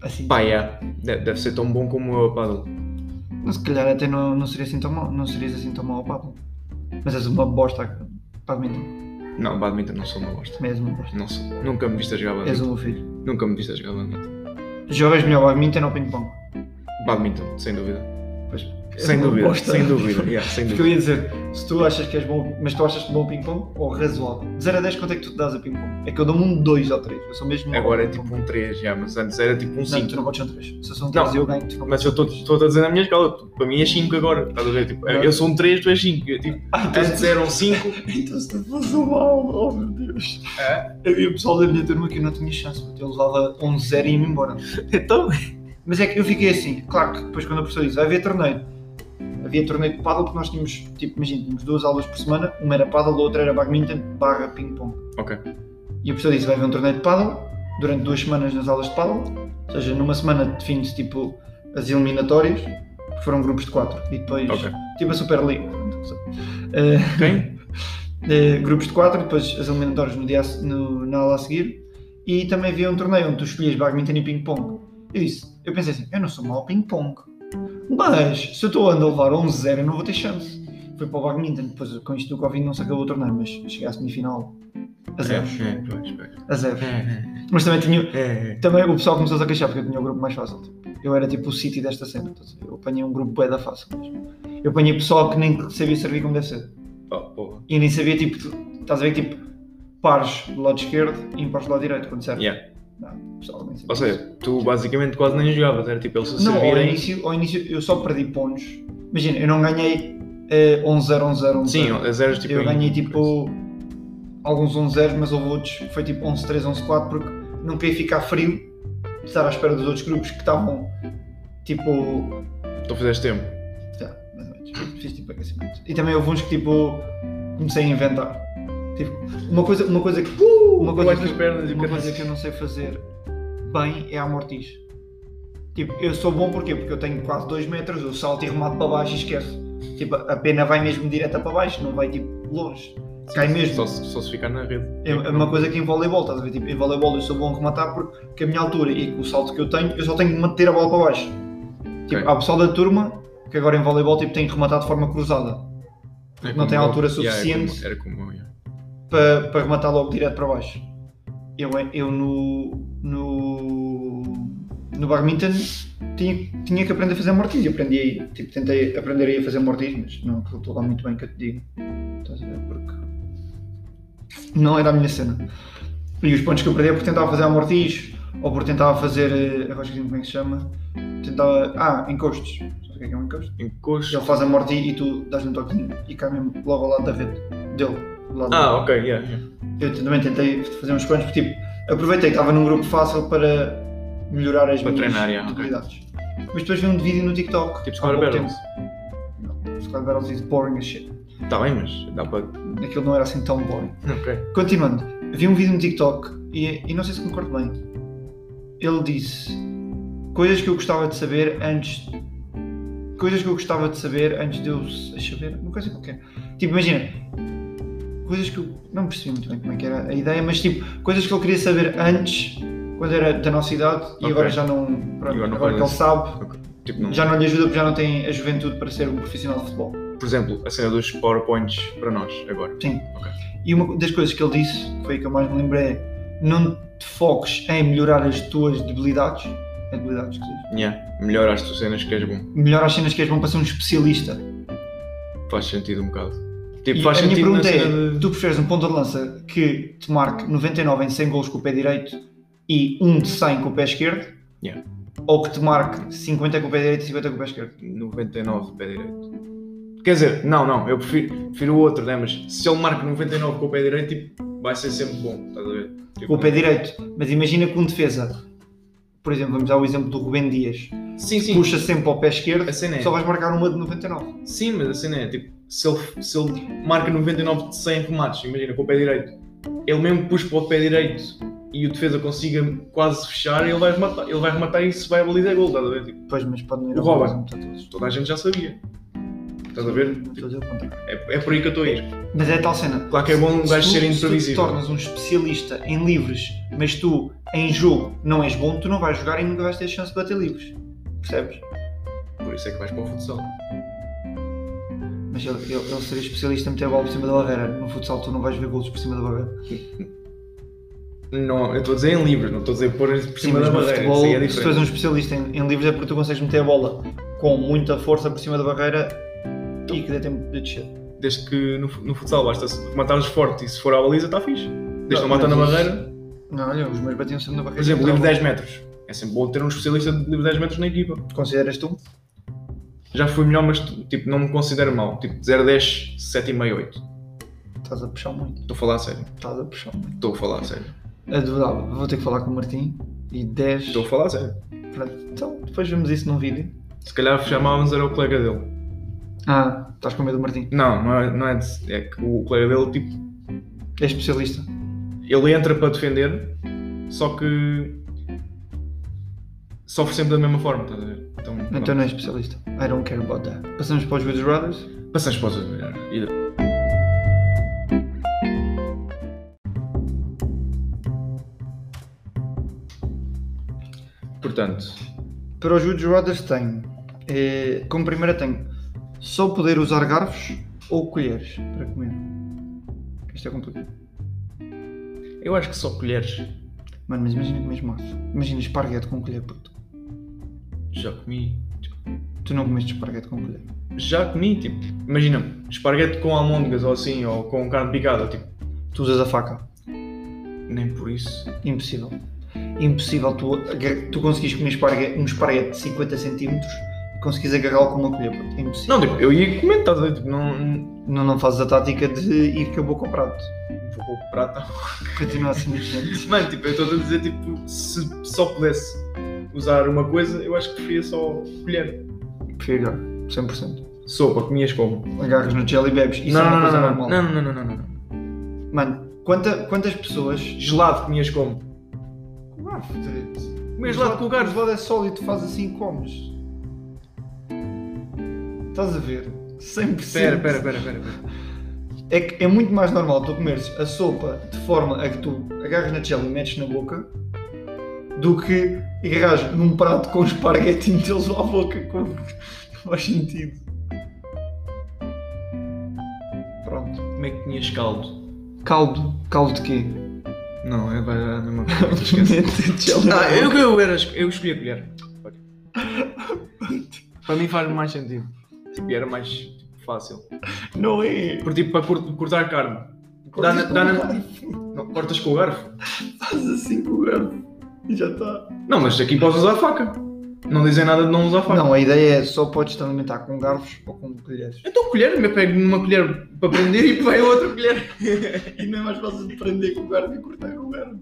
assim.
Pá, yeah. De- Deve ser tão bom como eu a paddle.
Mas se calhar até não, não seria assim tão mau, não serias assim tão mau, Pablo. Mas és uma bosta, Pablo, então,
Não, badminton não sou uma bosta.
também és uma bosta.
Não sou. Nunca me viste a jogar
És um-
badminton.
o meu filho.
Nunca me viste a jogar badminton.
Jogas melhor badminton ou ping-pong?
Badminton, sem dúvida.
Pois,
Sem
uma
dúvida,
bosta.
sem dúvida. yeah, sem
Porque eu
dúvida.
ia dizer, se tu achas que és bom, mas tu achas bom ping-pong ou razoável? De 0 a 10, quanto é que tu te dás a ping-pong? É que eu dou-me um 2 ou 3, eu sou mesmo. mau
Agora
a
é tipo
ping-pong.
um 3, já, mas antes era tipo um
Não, tu
5.
não podes ser um 3. Se eu sou um 3
Não.
e eu ganho, tu não
Mas
podes
eu
ser um
estou
três.
estou a dizer na minha escala, tu- para mim é 5 agora, estás a ver? Tipo,
Não.
eu sou um 3, tu és 5. Eu, tipo,
Ah, então,
antes eram 5.
então se tu fosse um mal, oh meu Deus.
É?
Eu e o pessoal da minha turma que eu não tinha chance, porque eu levava um 0 e ia-me embora.
Então,
Mas é que eu fiquei assim, claro que depois quando a professora disse, vai haver torneio. Havia torneio de paddle porque nós tínhamos, tipo, imagina, tínhamos duas aulas por semana, uma era paddle, a outra era badminton barra ping-pong.
Ok.
E a professora disse, vai haver um torneio de paddle, durante duas semanas nas aulas de paddle, ou seja, numa semana define-se, tipo, as eliminatórias, porque foram grupos de quatro. E depois,
Ok.
tipo a Super League.
Quem?
Eh, grupos de quatro, depois as eliminatórias no dia, a se- no, na aula a seguir. E também havia um torneio onde tu escolhias badminton e ping-pong. Eu disse, eu pensei assim, eu não sou mau a ping-pong. Mas, se eu estou a andar a levar 11-0, eu não vou ter chance. Fui para o badminton, depois com isto do Covid não se acabou o torneio, mas cheguei à semifinal. A zero.
É, pois, pois.
A zero.
É,
Mas também tinha,
é, é.
Também o pessoal começou a queixar porque eu tinha o grupo mais fácil. tipo. Eu era tipo o City desta cena. estás a ver? Eu apanhei um grupo bué da fácil mesmo. Eu apanhei pessoal que nem sabia servir como deve ser.
Oh, porra.
E nem sabia tipo, tu- estás a ver tipo pares do lado esquerdo e impares do lado direito quando serve.
Yeah.
Não, o pessoal nem sabia.
Ou
isso.
seja, tu basicamente quase nem jogavas, era tipo, eles se
não, ao
servirem.
início, ao início eu só perdi pontos. Imagina, eu não ganhei eh, 11-0, 11-0, 11-0.
Sim, a zeros tipo.
eu
em-
ganhei tipo alguns 11-0, mas houve outros que foi tipo 11-3, 11-4, porque não queria ficar frio, estar à espera dos outros grupos que estavam tipo.
Tu Então fizeste tempo.
Já, mais ou menos. Fiz tipo aquecimento. E também houve uns que tipo comecei a inventar. Tipo, uma coisa, uma coisa que. Uma coisa
Baixo
que,
das Uh, pernas e
uma
caralho.
coisa que eu não sei fazer bem é a mortis. Tipo, eu sou bom porquê? Porque eu tenho quase 2 metros, eu salto e remato para baixo e esqueço. Tipo, a pena vai mesmo direta para baixo, não vai tipo longe. Cai mesmo.
Só, se- só se ficar na rede.
É é uma coisa que em voleibol, estás a ver? Tipo, em voleibol eu sou bom a rematar porque com a minha altura e com o salto que eu tenho, eu só tenho de manter a bola para baixo. Tipo,
Ok.
há pessoal da turma que agora em voleibol tipo, tem que rematar de forma cruzada
É
Não tem
como-
altura
Yeah,
suficiente.
era como, era como eu, yeah.
para, para rematar logo direto para baixo. Eu, eu no, no, no badminton tinha, tinha que aprender a fazer mortis e aprendi aí. Tipo, tentei aprender aí a fazer mortis, mas não resultou lá muito bem que eu te digo. Estás a ver? Porque não era a minha cena. E os pontos que eu perdi é porque tentava fazer a mortis ou porque tentava fazer. eh, Agora esqueci como é que se chama. Tentava. Ah, encostos. Sabes o que é que é um encosto?
Encosto.
Ele faz a morte e tu dás um toquinho e cai mesmo logo ao lado da rede dele. do lado dele.
Ah, ok, yeah, yeah.
Eu também tentei fazer uns quantos, porque, tipo, aproveitei que estava num grupo fácil para melhorar as
Para
minhas
treinar, yeah, ok.
habilidades. Mas depois vi um vídeo no TikTok.
Tipo
há
Square
pouco
Barrels.
tempo. Não, Square Barrels is boring as shit.
Tá bem, mas dá para.
Aquilo não era assim tão boring.
Ok.
Continuando, vi um vídeo no TikTok e, e não sei se concordo bem. Ele disse coisas que eu gostava de saber antes. Coisas que eu gostava de saber antes de eu s- saber. Uma coisa qualquer. Tipo, imagina. Coisas que eu. Não percebi muito bem como é que era a ideia, mas tipo, coisas que eu queria saber antes, quando era da nossa idade, e
Ok.
agora já não. Pronto,
Agora não
agora que ele
fazes.
sabe,
Tipo, não...
já não lhe ajuda porque já não tem a juventude para ser um profissional de futebol.
Por exemplo, a cena dos PowerPoints para nós agora.
Sim.
Ok.
E uma das coisas que ele disse, que foi a que eu mais me lembrei, é não te foques em melhorar as tuas debilidades, habilidades, quer dizer,
Yeah. Melhor as tuas cenas que és bom.
melhora as cenas que és bom para ser um especialista.
Faz sentido um bocado.
E
Tipo, faz
a minha
sentido na
pergunta é,
cena de.
tu preferes um ponta de lança que te marque 99 em 100 gols com o pé direito e um de 100 com o pé esquerdo?
Yeah.
Ou que te marque 50 com o pé direito e 50 com o pé esquerdo?
99 pé direito. Quer dizer, não, não, eu prefiro, prefiro o outro, né? Mas se ele marca 99 com o pé direito, tipo, vai ser sempre bom, estás a ver? Tipo,
Com o pé direito. Mas imagina que um defesa, por exemplo, vamos dar o exemplo do Rubem Dias,
Sim, sim.
puxa sempre ao pé esquerdo,
A cena é.
só vais marcar uma de 99.
Sim, mas a cena é, tipo, se ele, se ele marca 99 de 100 remates, imagina, com o pé direito, ele mesmo puxa para o pé direito e o defesa consiga quase fechar, ele vai rematar, ele vai rematar e se vai a baliza é gol, estás a ver? Tipo,
Pois, mas pode não ir
O
ao gol,
Robert.
mas não está todos.
toda a gente já sabia. Estás a ver?
Não estou a dizer o contrário.
É, é por aí que eu estou a ir.
Mas é tal cena.
Claro que é bom um
Se
gajo
tu-
ser
Se tu te
imprevisível.
tornas um especialista em livres, mas tu em jogo não és bom, tu não vais jogar e nunca vais ter chance de bater livres. Percebes?
Por isso é que vais para o futsal.
Mas ele, ele, ele seria especialista em meter a bola por cima da barreira. No futsal tu não vais ver golos por cima da barreira.
Não, eu estou a dizer em livros, não estou a dizer pôr por
Sim,
cima
mas
da
no
barreira.
futebol,
Isso aí
se
é
tu és
diferente.
um especialista em, em livres é porque tu consegues meter a bola com muita força por cima da barreira e que dê tempo de descer.
Desde que no, fu- no futsal basta matares forte e se for à baliza está fixe. Desde que não
Não,
matar na
mas isso- é
barreira.
Não, olha, os meus batiam sempre na barreira.
Por exemplo, livre
Então,
10 metros. É sempre bom ter um especialista de livre 10 metros na equipa.
Consideras tu?
Já fui melhor, mas tipo, não me considero mal. Tipo, 0 10, 7 e meio, 8.
Estás a puxar muito.
Estou a falar a sério.
Estás a puxar muito.
Estou a falar a sério.
A duvidava, É vou ter que falar com o Martim e 10.
Estou a falar a sério.
Pronto, Então, depois vemos isso num vídeo.
Se calhar chamávamos era o colega dele.
Ah, estás com medo do Martim?
Não, não é, não é de- É que o colega dele, tipo,
É especialista.
ele entra para defender, só que. sofre sempre da mesma forma, estás a ver? Então,
Então não é especialista. I don't care about that. Passamos para os Woods Brothers.
pronto. passamos para os outros melhor. E- Portanto,
Para os Woods Brothers tenho. eh, como primeira tenho só poder usar garfos ou colheres para comer. Isto é complicado.
eu acho que só colheres.
Mano, mas imagina comes massa. Imagina esparguete com colher, puto.
Já comi.
Tu não comeste esparguete com colher.
Já comi, tipo, imagina, esparguete com almôndegas ou assim, ou com carne picada, tipo,
Tu usas a faca.
nem por isso.
Impossível. Impossível tu, agar- tu conseguires comer esparguete, um esparguete de 50 cm e conseguires agarrá-lo com uma colher, puto. É impossível.
Não, tipo, eu ia comer, estás a ver? Tipo, não.
Não, não fazes a tática de ir que eu vou com o prato.
Vou com o prato.
Continua assim diferente.
Mano, tipo, eu estou a dizer, tipo, se só pudesse usar uma coisa, eu acho que preferia só colher.
Prefiro garfo, 100%.
Sopa, comias como?
Agarras no gel e bebes. Isso é uma coisa normal.
não, não, não, não, não, não.
Mano, quanta- quantas pessoas. Ah,
Gelado, comias como?
Garfo,
Comias gelado com o garfo.
é sólido, tu fazes assim e comes. Estás a ver? 100%.
Pera, pera, pera, pera. pera.
É, que é muito mais normal tu comeres a sopa de forma a que tu agarras na tigela e metes na boca do que agarras num prato com esparguete e metes à boca. Com... Não faz sentido. Pronto.
Como é que comias caldo?
Caldo. Caldo de quê?
Não, é vai dar a mesma coisa. esquece.
Mete a tigela na
Ah,
boca.
eu, eu, era, eu escolhi a colher. Para mim faz mais sentido. Tipo, era mais tipo, fácil.
Não é.
Porque, tipo, para cur- cortar carne. Dá na- dá na- Não, cortas com o garfo?
Faz assim com o garfo e já está.
Não, mas aqui podes usar faca. Não dizem nada de não usar faca.
Não, a ideia é só podes te alimentar com garfos ou com colheres.
Então colher, eu pego numa colher para prender e pego outra colher.
E não é mais fácil de prender com o garfo e cortar com o garfo.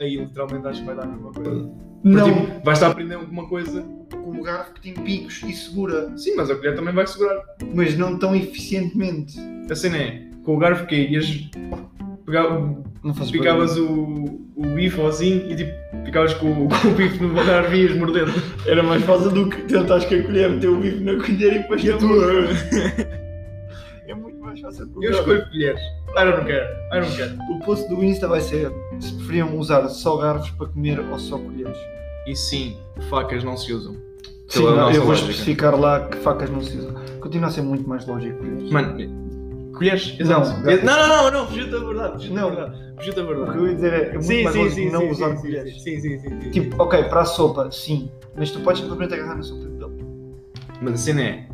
Aí literalmente acho que vai dar a mesma coisa. Porque,
Não.
tipo, vais estar a prender alguma coisa.
com o garfo que tem picos e segura,
Sim, mas a colher também vai segurar.
mas não tão eficientemente.
A cena é, com o garfo que ias pegar,
Não faz
picavas o, o bife ou assim e tipo, ficavas com, o- com o bife no garfo e ias mordendo.
Era mais fácil do que tentares com a colher, meter o bife na colher e depois na boca. É muito mais fácil do
Eu escolho colheres. I don't care, I don't care.
O post do Insta vai ser se preferiam usar só garfos para comer ou só colheres.
E sim, facas não se usam.
Sim,
Pela nossa
eu vou
lógica.
especificar lá que facas não se usam. Continua a ser muito mais lógico. colheres.
Mano, colheres? Exato.
Não,
Não, não, não, não, fugiu da verdade. Fugiu da
Não.
verdade. Fugiu da
O que
verdade.
eu ia dizer é, é muito
Sim,
mais
sim,
lógico
sim,
não
sim,
usar
sim,
colheres.
Sim, sim, sim. sim.
Tipo, ok, para a sopa, sim, mas tu podes simplesmente agarrar na sopa de pele.
Mas a cena é,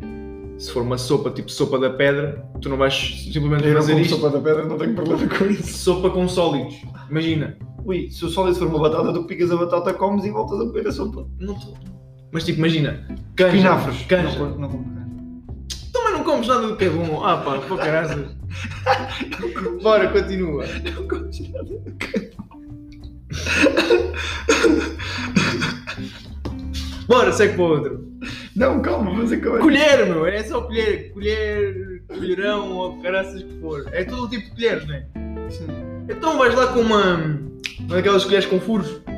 se for uma sopa, tipo sopa da pedra, tu não vais simplesmente
Eu não
fazer
como
isto.
sopa da pedra, não tenho problema com isso.
Sopa com sólidos. Imagina.
Ui, se o sólido for uma batata, tu picas a batata, comes e voltas a comer a sopa.
Não tô... Mas tipo, imagina. Canja.
Pinafres.
Canja.
Não, não como canja.
Também não comes nada do que é bom. Ah pá, pô caralho. Bora, continua.
Não comes nada.
Bora, segue para o outro.
Não, calma, mas acabei.
Colher, meu. É só colher. Colher, colherão ou caraças que for. É todo o tipo de colheres, não é?
Sim.
Então vais lá com uma. Uma daquelas colheres com furos.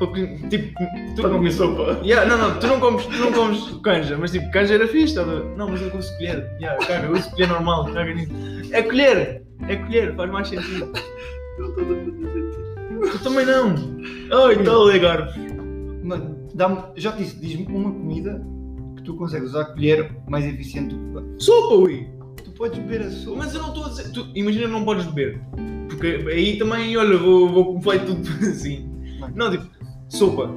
Para co- tipo, tu
Para
não
comer sopa.
Yeah, não, não, tu não comes, tu não comes canja, mas tipo, canja era fixe, estava. Não, mas eu não uso colher. Yeah, caga, eu uso colher normal, caga nisso. É colher, é colher, faz mais sentido.
Não estou a fazer sentido.
Tu também não. Ai, tal, é garfo.
Mano, dá-me, já te disse, diz-me uma comida que tu consegues usar a colher mais eficiente do que o garfo.
Sopa, ui.
Tu podes beber a sopa.
Mas eu não estou a dizer. Tu, imagina, não podes beber. Porque aí também, olha, vou, vou vai tudo assim. Não, tipo, sopa.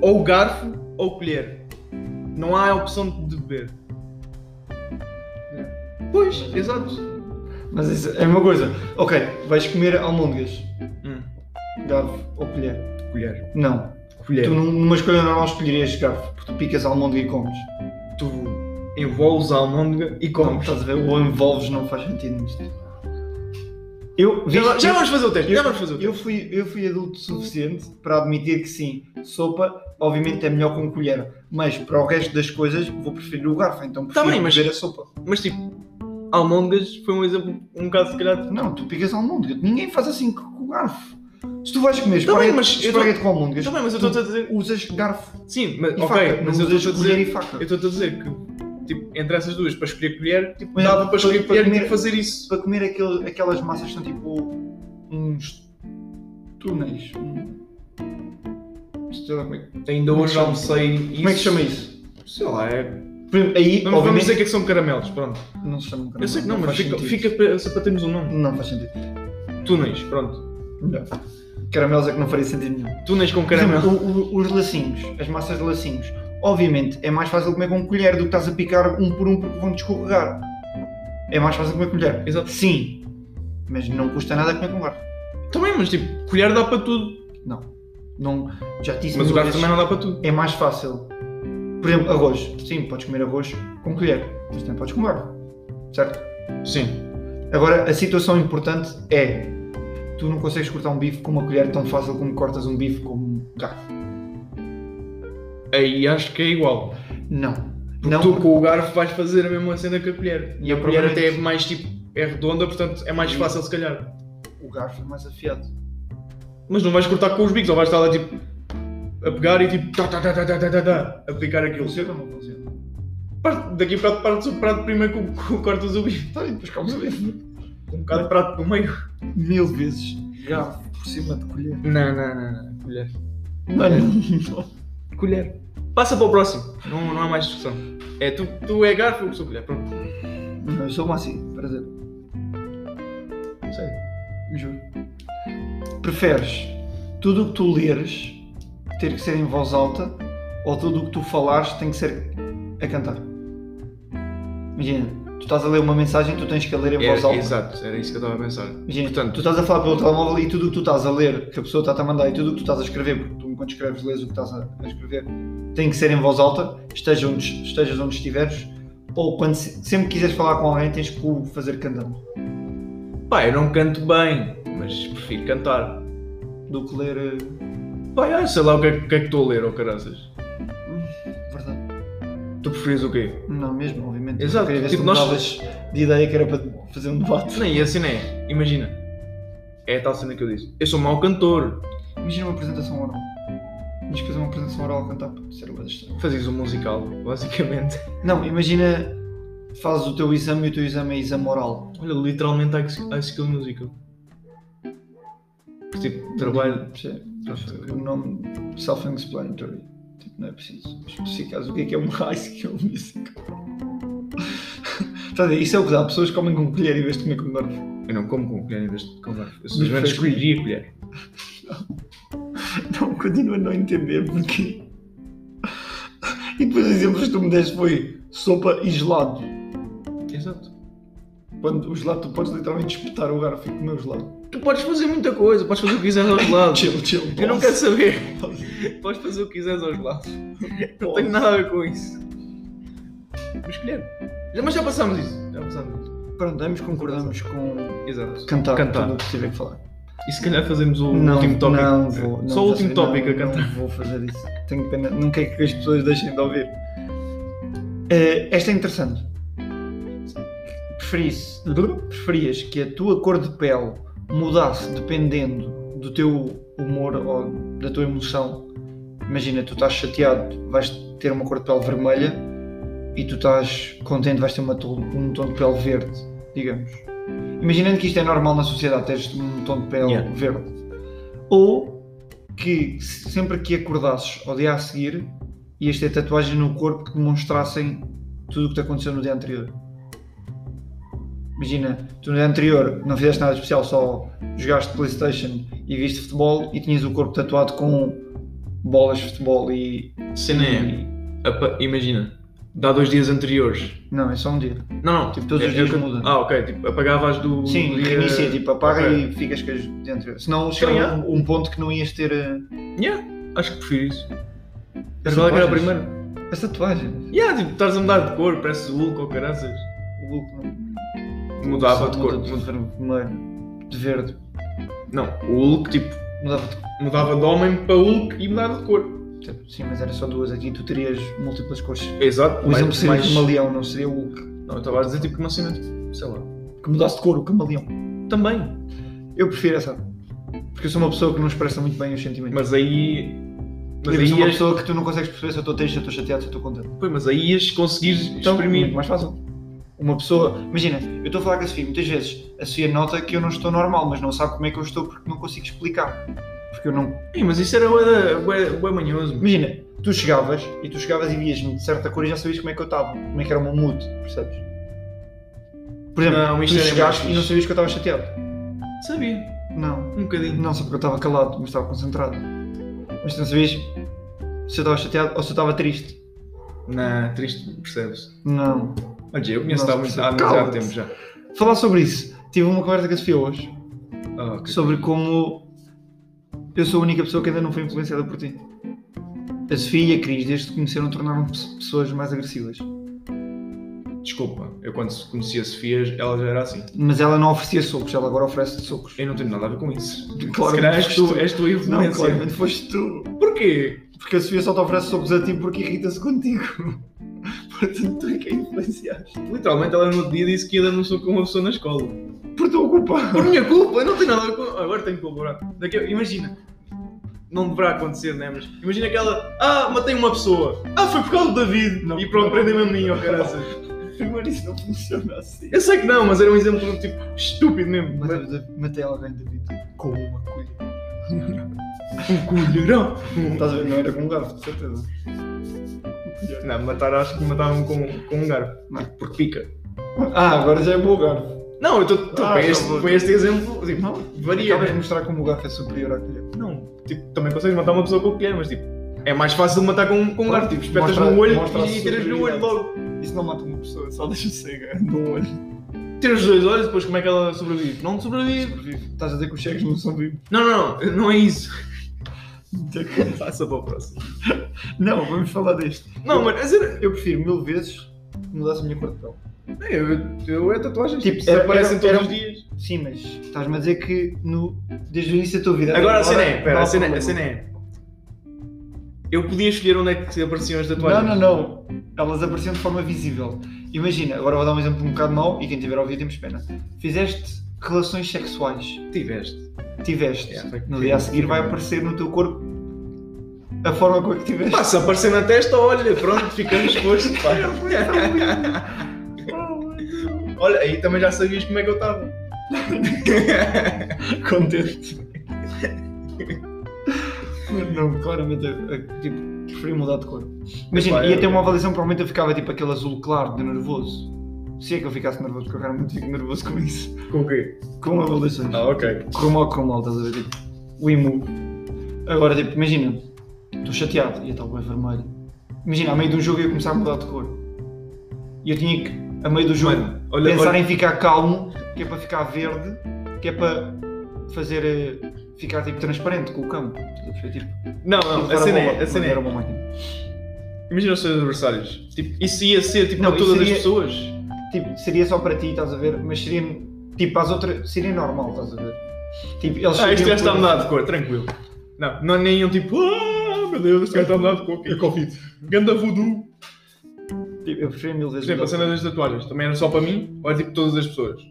Ou garfo ou colher. Não há opção de beber. Pois,
é.
exato.
Mas isso é uma coisa. Ok, vais comer almôndegas,
Hum,
garfo ou colher.
colher.
Não.
Colher.
Tu num- numa escolha normal escolherias garfo, porque tu picas a almôndega e comes.
tu envolves a almôndega e
Como
comes.
estás a ver, ou envolves não faz sentido nisto. Eu,
já,
viste-
já vamos fazer o teste,
eu-
já vamos fazer o
eu
teste.
fui, eu fui adulto o suficiente para admitir que sim, sopa obviamente é melhor com colher, mas para o resto das coisas vou preferir o garfo, então prefiro
bem, mas-
beber a sopa.
Mas tipo, almôndegas foi um exemplo, um caso se calhar.
Não, tu picas almôndega, ninguém faz assim com o garfo. Se tu vais comer
Tá bem,
esparguete,
mas eu tô-
esparguete com almôndegas,
Também, Tá mas eu estou a dizer.
usas garfo
Sim, mas,
e
ok,
faca,
mas
não
eu
usas
estou a
colher
dizer.
e faca.
Eu estou a dizer que, tipo, entre essas duas, para escolher colher, tipo,
Mas
dava para escolher
para
colher e
comer-
tipo, fazer isso.
Para comer aquele- aquelas massas que são tipo uns túneis. um- Sei lá como é que-
Ainda
Como é que
hoje
chama?
almocei isso.
como é que se chama isso?
Sei lá, é.
Por exemplo, Aí,
Vamos, vamos
obviamente,
dizer que é que são caramelos, pronto.
não se chama um
Eu sei que não, mas
faz
fica,
sentido.
fica para, só para termos um nome.
Não faz sentido.
Túneis, pronto.
Não. Caramelos é que não faria sentido nenhum.
Túneis com
Por exemplo,
caramelo.
o- o- os lacinhos, as massas de lacinhos, obviamente é mais fácil comer com colher do que estás a picar um por um porque vão descorregar. É mais fácil comer com colher.
Exato.
Sim, mas não custa nada comer com garfo.
Também, mas tipo, colher dá para tudo.
Não, já te disse
Mas o
mil
garfo
vezes,
também não dá para tudo.
é mais fácil. Por exemplo, arroz. Sim, podes comer arroz com colher, mas também podes comer. Certo?
Sim.
Agora, a situação importante é tu não consegues cortar um bife com uma colher tão fácil como cortas um bife com um garfo.
Aí acho que é igual.
Não.
Porque
não
tu
porque-
com o garfo vais fazer a mesma cena que a colher. E a
Não,
colher
provavelmente.
até é mais tipo, é redonda, portanto é mais fácil se calhar.
o garfo é mais afiado.
Mas não vais cortar com os bicos, ou vais estar lá tipo a pegar e tipo tá, tá, tá, tá, tá, tá, tá, tá, a picar aquilo.
Funciona ou não funciona?
Parte- daqui para prato partes o prato primeiro com, com, cortas o bico.
Tá, e depois comes o bife.
Um bocado de prato no meio.
Mil vezes. Garfo por cima de colher.
Não, não, não, não. Colher.
Mano,
Colher. Passa para o próximo. Não, não há mais discussão. É tu, tu é garfo, eu sou colher. Pronto.
não. Eu sou uma assim, prazer.
Sei.
Juro. Preferes tudo o que tu leres ter que ser em voz alta ou tudo o que tu falares tem que ser a cantar? Imagina, tu estás a ler uma mensagem tu tens que a ler em voz
Era,
alta.
É, exato, era isso que eu estava a pensar.
Imagina,
Portanto-
tu estás a falar pelo telemóvel e tudo o que tu estás a ler, que a pessoa está-te a mandar, e tudo o que tu estás a escrever, porque tu enquanto escreves lês o que estás a, a escrever, tem que ser em voz alta, esteja onde, estejas onde estiveres, ou quando se- sempre quiseres falar com alguém tens que o fazer cantando,
Pá, eu não canto bem, mas prefiro cantar.
do que ler. eh,
Pá, ah, sei lá o que é o que é que estou a ler, ou caraças.
Verdade.
Tu preferias o quê?
Não, mesmo, obviamente.
Exato,
Queria ver se
tipo,
tu
nós-
mudavas de ideia que era para fazer um debate.
Nem assim nem é. Imagina. É a tal cena que eu disse. Eu sou mau cantor.
Imagina uma apresentação oral. Tens que fazer uma apresentação oral a cantar, pode ser uma das três.
Fazias um musical, basicamente.
Não, imagina, fazes o teu exame e o teu exame é exame oral.
Olha, literalmente high Sk- High Skill Musical. Tipo, trabalho.
Sim.
Acho que-
O nome self-explanatory. Tipo, não é preciso especificar o que é que é um high skill musical. Está a dizer, isso é o que dá. Pessoas comem com colher em vez de comer com garfo.
Eu não como com colher em vez de com garfo. Eu simplesmente escolheria colher.
Então, continuo a não entender porquê. E depois, os exemplos que tu me deste foi sopa e gelado.
Exato.
Quando o gelado, tu podes literalmente espetar o garfo e comer o gelado.
Tu podes fazer muita coisa, podes fazer o que quiseres aos lados.
Chill, chill.
Eu não
pause,
quero saber.
pause,
Podes fazer o que quiseres aos lados. Não
pause.
tenho nada a ver com isso. Mas colher. Já- Mas já passámos isso. Já passámos isso.
Pronto, ambos concordamos com
Exato.
cantar,
Cantar.
tudo o que tiver que falar.
E se calhar fazemos o último tópico.
Não vou, não
Só o
vou
último
fazer-
tópico
não,
a cantar.
Não vou fazer isso. Tenho pena. Não quero que as pessoas deixem de ouvir. Eh, esta é interessante. Preferisse, preferias que a tua cor de pele mudasse dependendo do teu humor ou da tua emoção? Imagina, tu estás chateado, vais ter uma cor de pele vermelha e tu estás contente, vais ter uma to- um tom de pele verde, digamos. Imaginando que isto é normal na sociedade, teres um tom de pele
Yeah.
verde ou que sempre que acordasses ao dia a seguir ias ter tatuagens no corpo que demonstrassem tudo o que te aconteceu no dia anterior. Imagina, tu no dia anterior não fizeste nada especial, só jogaste Playstation e viste futebol e tinhas o corpo tatuado com bolas de futebol e.
Cena é.
e-
apa- Imagina. Dá dois dias anteriores.
Não, é só um dia.
Não, não.
Tipo, todos os
é-
dias
é que-
muda.
Ah, ok. Tipo, apagavas do.
Sim,
do dia-
reinicia, tipo, apaga
Ok.
e ficas com as de anterior. Senão chega
Então,
um, um ponto que não ias ter. eh,
Yeah, acho que prefiro isso.
as
Mas qual é que era a
tatuagens.
primeira?
As tatuagens.
Yeah, tipo, estás a mudar de cor, parece o Hulk ou caraças.
O look não.
Mudava de
Só
cor.
muda
muda-
De vermelho, de verde.
Não, o Hulk, tipo,
Mudava de cor.
mudava de homem para Hulk e mudava de cor.
Tipo, Sim, mas era só duas aqui, tu terias múltiplas cores.
É Exato.
O exemplo seria o camaleão, não seria o que,
Não, eu estava a dizer tipo uma cena, tipo, sei lá.
que mudasse de cor, o camaleão.
Também.
Eu prefiro essa. Porque eu sou uma pessoa que não expressa muito bem os sentimentos.
Mas aí. Mas
eu
aí,
sou uma
ias,
pessoa que tu não consegues perceber se eu estou triste, se eu estou chateado, se eu estou contente.
pois, mas aí ias conseguir
Então, é
exprimir.
muito mais fácil. Uma pessoa. Imagina, eu estou a falar com a Sofia muitas vezes. A Sofia nota que eu não estou normal, mas não sabe como é que eu estou porque não consigo explicar. Porque eu não.
Ei, mas isso era bué- bué bué manhoso.
Imagina, tu chegavas e tu chegavas e vias-me de certa cor e já sabias como é que eu estava, como é que era o meu mood, percebes? Por exemplo,
Não, isto
tu
era
chegaste
mais
e não
fixe.
sabias que eu estava chateado.
Sabia,
Não.
um bocadinho.
Não, só porque eu estava calado, mas estava concentrado. Mas tu não sabias se eu estava chateado ou se eu estava triste.
Não, triste, percebes?
Não.
Olha, eu conheço-te há
Nossa,
muito há muito
cala-te.
tempo já.
Falar sobre isso. Tive uma conversa com a Sofia hoje.
Ah, ok.
sobre como eu sou a única pessoa que ainda não foi influenciada por ti. A Sofia e a Cris, desde que conheceram, tornaram-se pessoas mais agressivas.
Desculpa, eu quando conheci a Sofia, ela já era assim.
Mas ela não oferecia socos, ela agora oferece socos.
Eu não tenho nada a ver com isso.
Claro
Se calhar
que
és tu,
foste
és tu a
tu. Não,
influência.
claramente foste tu.
Porquê?
Porque a Sofia só te oferece socos a ti porque irrita-se contigo. Portanto, tu é que a influenciaste.
Literalmente ela no outro dia disse que ia dar um soco a uma pessoa na escola.
Por tua culpa.
Por minha culpa, eu não tenho nada a ver com. Agora tenho que colaborar. Daqui a- Imagina. Não deverá acontecer, né? Mas imagina aquela. Ah, matei uma pessoa. Ah, foi por causa do David.
Não.
e pronto, prendem-me a mim, ó caraças.
Primeiro, isso não funciona assim.
Eu sei que não, mas era um exemplo tipo estúpido mesmo.
Matei, matei alguém, David, com uma colher.
um colherão.
Estás a ver? Não era com um garfo, de certeza.
Não, matar acho que matavam com, com um garfo.
Não.
Tipo, Porque pica.
Ah, agora já é bom o garfo.
Não, eu estou.
Ah,
Para este,
tá bom.
para este exemplo, tipo,
Não,
varia.
Acabas de
né?
mostrar como o garfo é superior à colher.
Não, tipo, também consegues matar uma pessoa com o colher, mas tipo. É mais fácil matar com, com um garfo. Tipo, espetas
Mostra-
no olho
mostra a
e tiras no olho
superioridade.
logo.
Isso não mata uma pessoa, só deixa cega no olho.
Tira os dois olhos, depois como é que ela sobrevive? Não sobrevive.
Sobrevive. Estás a dizer que os cegos não são vivos?
Não, não, não, não é isso. Passa para o próximo.
Não, vamos falar deste.
Não, mano, é sério.
Eu prefiro mil vezes que mudasse a minha cor de pele.
Eu, eu é tatuagens
Tipo,
tipo,
era-
aparecem
era-
todos
era-
os dias.
Sim, mas estás-me a dizer que no... desde o início da tua vida.
Agora a
assim
cena é, pera, a cena é, a cena é. Eu podia escolher onde é que apareciam as
Não,
tatuagens.
não, não. Elas apareciam de forma visível. Imagina, agora vou dar um exemplo um bocado mau e quem tiver ouvido temos pena. Fizeste relações sexuais.
Tiveste.
tiveste.
Yeah, foi-
no dia a seguir vai aparecer no teu corpo a forma como é que tiveste.
Pá, se aparecer na testa, olha, pronto, ficamos exposto. pá. olha, aí também já sabias como é que eu estava.
Contente. Não, claramente, a- a- tipo, preferi mudar de cor. Imagina,
Epá,
ia
eu-
ter uma avaliação, provavelmente eu ficava tipo aquele azul claro de nervoso. Se é que eu ficasse nervoso, porque eu realmente fico nervoso com isso.
Com o quê?
Com avaliações.
Ah, ok.
Cromal, cromal, estás a ver? Tipo, o emu. Agora, tipo, imagina, estou chateado e a tal bem vermelho. Imagina, a meio de um jogo eu ia começar a mudar de cor. E eu tinha que, a meio do jogo,
Mano, olha,
pensar
olha,
em ficar calmo, que é para ficar verde, que é para fazer. eh, ficar tipo transparente com o campo. Tipo, tipo,
Não, não, a
era
cena
uma-
é, a cena é.
era uma máquina.
Imagina os seus adversários. Tipo, isso ia ser tipo
Não,
para todas
isso ia-
as pessoas.
Tipo, seria só para ti, estás a ver? Mas seria. Tipo, às outras. Seria normal, estás a ver? Tipo, eles
Ah, este
sabiam
gajo está a
que-
mudar de cor, tranquilo. Não, não nem iam tipo, ah, meu Deus, este gajo está a mudar de cor. que É Covid. Ganda voodoo.
Tipo, eu preferia mil
Por
vezes.
exemplo,
mudar
a
de
cena das tatuagens também era só para mim ou é tipo todas as pessoas?